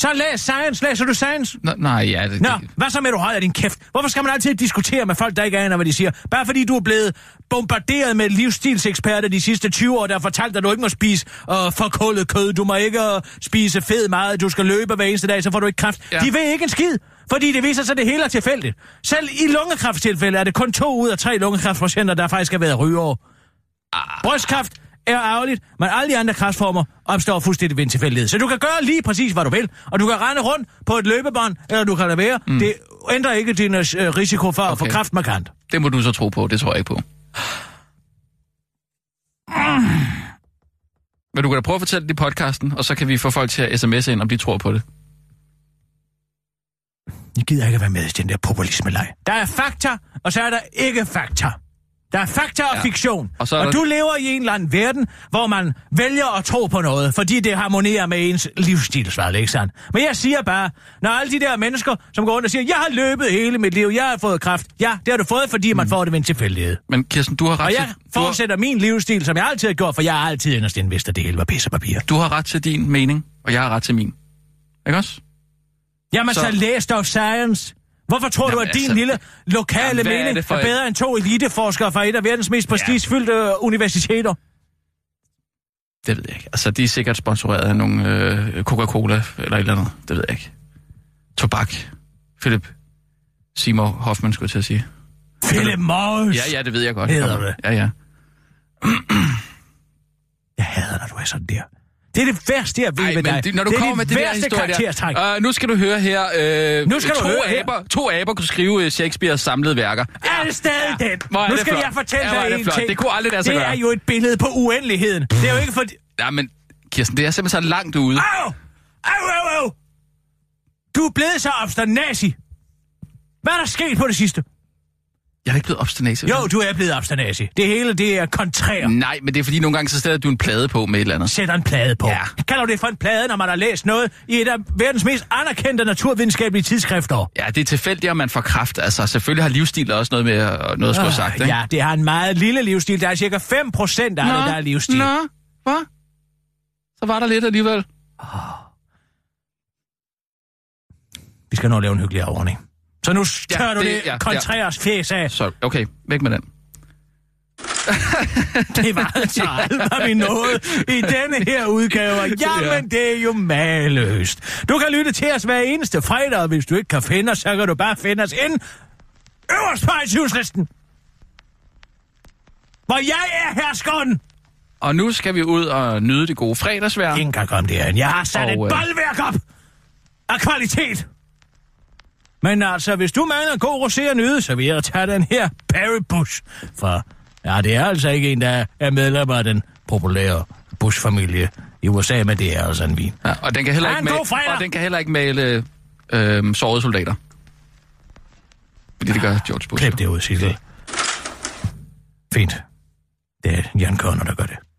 [SPEAKER 5] Så læs science, læser du science?
[SPEAKER 4] Nå, nej, ja. Det,
[SPEAKER 5] Nå,
[SPEAKER 4] Det,
[SPEAKER 5] hvad så med, du holder din kæft? Hvorfor skal man altid diskutere med folk, der ikke aner, hvad de siger? Bare fordi du er blevet bombarderet med livsstilseksperter de sidste 20 år, der har fortalt dig, at du ikke må spise øh, forkullet kød, du må ikke øh, spise fed meget, du skal løbe hver eneste dag, så får du ikke kræft. Ja.
[SPEAKER 4] Ja.
[SPEAKER 5] De ved ikke en skid, fordi det viser sig, at det hele er tilfældigt. Selv i lungekræftstilfælde er det kun to ud af tre lungekræftpatienter, der faktisk har været rygeår. Brystkræft er ærgerligt, men alle de andre kræftformer opstår fuldstændig ved en tilfældighed. Så du kan gøre lige præcis, hvad du vil, og du kan rende rundt på et løbebånd, eller du kan lade være. Mm. Det ændrer ikke din øh, risiko for okay. at få
[SPEAKER 4] Okay.
[SPEAKER 5] kræft markant.
[SPEAKER 4] det må du så tro på, det tror jeg ikke på. Men du kan da prøve at fortælle det i podcasten, og så kan vi få folk til at sms'e ind, om de tror på det.
[SPEAKER 5] Jeg gider ikke at være med i den der populisme-leg. Der er fakta, og så er der ikke fakta. Der er fakta og ja.
[SPEAKER 4] Ja.
[SPEAKER 5] fiktion. Og,
[SPEAKER 4] Og så er
[SPEAKER 5] og
[SPEAKER 4] der-
[SPEAKER 5] du lever i en eller anden verden, hvor man vælger at tro på noget, fordi det harmonerer med ens livsstilsvalg, ikke sandt? Men jeg siger bare, når alle de der mennesker, som går rundt og siger, jeg har løbet hele mit liv, jeg har fået kraft. Ja, det har du fået, fordi man får det ved en tilfældighed.
[SPEAKER 4] Men Kirsten, du har ret,
[SPEAKER 5] Og jeg
[SPEAKER 4] til, du, har,
[SPEAKER 5] fortsætter min livsstil, som jeg altid har gjort, for jeg har altid inderst inde vidst, at det hele var pisse papir.
[SPEAKER 4] du har ret til din mening, og jeg har ret til min. Ikke også?
[SPEAKER 5] Jamen, så,
[SPEAKER 4] Så-
[SPEAKER 5] så læs dog science. Hvorfor tror
[SPEAKER 4] Jamen,
[SPEAKER 5] du, at din
[SPEAKER 4] altså,
[SPEAKER 5] lille lokale
[SPEAKER 4] jamen, hvad er
[SPEAKER 5] mening er,
[SPEAKER 4] det for
[SPEAKER 5] er
[SPEAKER 4] et-
[SPEAKER 5] bedre end to eliteforskere fra et af verdens mest prestigefyldte ja. universiteter?
[SPEAKER 4] Det ved jeg ikke. Altså, de er sikkert sponsoreret af nogle øh, Coca-Cola eller et eller andet. Det ved jeg ikke. Tobak. Philip Seymour Hoffman, skulle jeg til at sige.
[SPEAKER 5] Philip Morris!
[SPEAKER 4] Ja, ja, det ved jeg godt.
[SPEAKER 5] Hedder det?
[SPEAKER 4] Ja, ja.
[SPEAKER 5] Jeg hader, når du er sådan der. Det er det værste, jeg ved
[SPEAKER 4] Ej,
[SPEAKER 5] ved
[SPEAKER 4] men
[SPEAKER 5] dig.
[SPEAKER 4] det, når du
[SPEAKER 5] det er
[SPEAKER 4] kommer med
[SPEAKER 5] dit
[SPEAKER 4] det der
[SPEAKER 5] værste
[SPEAKER 4] historie
[SPEAKER 5] karaktertræk.
[SPEAKER 4] der, øh, nu skal du høre her, øh,
[SPEAKER 5] Nu skal du
[SPEAKER 4] to,
[SPEAKER 5] høre her.
[SPEAKER 4] aber, to aber kunne skrive øh, Shakespeares samlede værker.
[SPEAKER 5] Er det stadig ja. den?
[SPEAKER 4] Hvor er
[SPEAKER 5] nu
[SPEAKER 4] det
[SPEAKER 5] skal
[SPEAKER 4] flot.
[SPEAKER 5] jeg fortælle
[SPEAKER 4] Ja, hvor er
[SPEAKER 5] dig
[SPEAKER 4] det
[SPEAKER 5] en
[SPEAKER 4] flot.
[SPEAKER 5] ting.
[SPEAKER 4] Det kunne aldrig lade sig
[SPEAKER 5] Det
[SPEAKER 4] gøre.
[SPEAKER 5] er jo et billede på uendeligheden. Det er jo ikke fordi...
[SPEAKER 4] Ja, men Kirsten, det er simpelthen så langt ude.
[SPEAKER 5] Au! Au, au, au! Du er blevet så obsternasi. Hvad er der sket på det sidste?
[SPEAKER 4] Jeg er ikke blevet obstinat.
[SPEAKER 5] Jo, du er blevet obsternasi. Det hele, det er kontrær.
[SPEAKER 4] Nej, men det er fordi, nogle gange så stiller du en plade på med et eller andet.
[SPEAKER 5] sætter en plade på. Ja.
[SPEAKER 4] Ja.
[SPEAKER 5] Kalder du det for en plade, når man har læst noget i et af verdens mest anerkendte naturvidenskabelige tidsskrifter?
[SPEAKER 4] Ja, det er tilfældigt, om man får kraft. Altså, selvfølgelig har livsstil også noget med øh, noget at skulle have sagt, ikke?
[SPEAKER 5] Ah, ja, det har en meget lille livsstil. Der er cirka 5% af det, der er livsstil.
[SPEAKER 4] Nå, hvad? Så var der lidt alligevel.
[SPEAKER 5] Vi skal nå at lave en hyggelig afordning. Så nu tør ja, du det,
[SPEAKER 4] det- ja,
[SPEAKER 5] ja,
[SPEAKER 4] ja.
[SPEAKER 5] kontræres ja. fjes af.
[SPEAKER 4] Så, okay, væk med den.
[SPEAKER 5] Det var altså alt, hvad vi nåede i denne her udgave. Jamen, det er jo maløst. Du kan lytte til os hver eneste fredag, og hvis du ikke kan finde os, så kan du bare finde os ind øverst på iTunes-listen. Hvor jeg er herskeren.
[SPEAKER 4] Og nu skal vi ud og nyde det gode fredagsvejr.
[SPEAKER 5] Ingen kan komme derhen. Jeg har sat
[SPEAKER 4] Og,
[SPEAKER 5] et
[SPEAKER 4] øh,
[SPEAKER 5] boldværk op af kvalitet. Men altså, hvis du mangler en god rosé at nyde, så vil jeg tage den her Barry Bush. For ja, det er altså ikke en, der er medlem af den populære Bush-familie i USA, men det er altså en vin.
[SPEAKER 4] Ja, og den kan heller
[SPEAKER 5] Ha'
[SPEAKER 4] ikke
[SPEAKER 5] en god fredag!
[SPEAKER 4] male, og den kan heller ikke male øh, sårede soldater. Fordi det gør George Bush.
[SPEAKER 5] Klip det ud, Sissel. Fint. Det er Jan Conner, der gør det.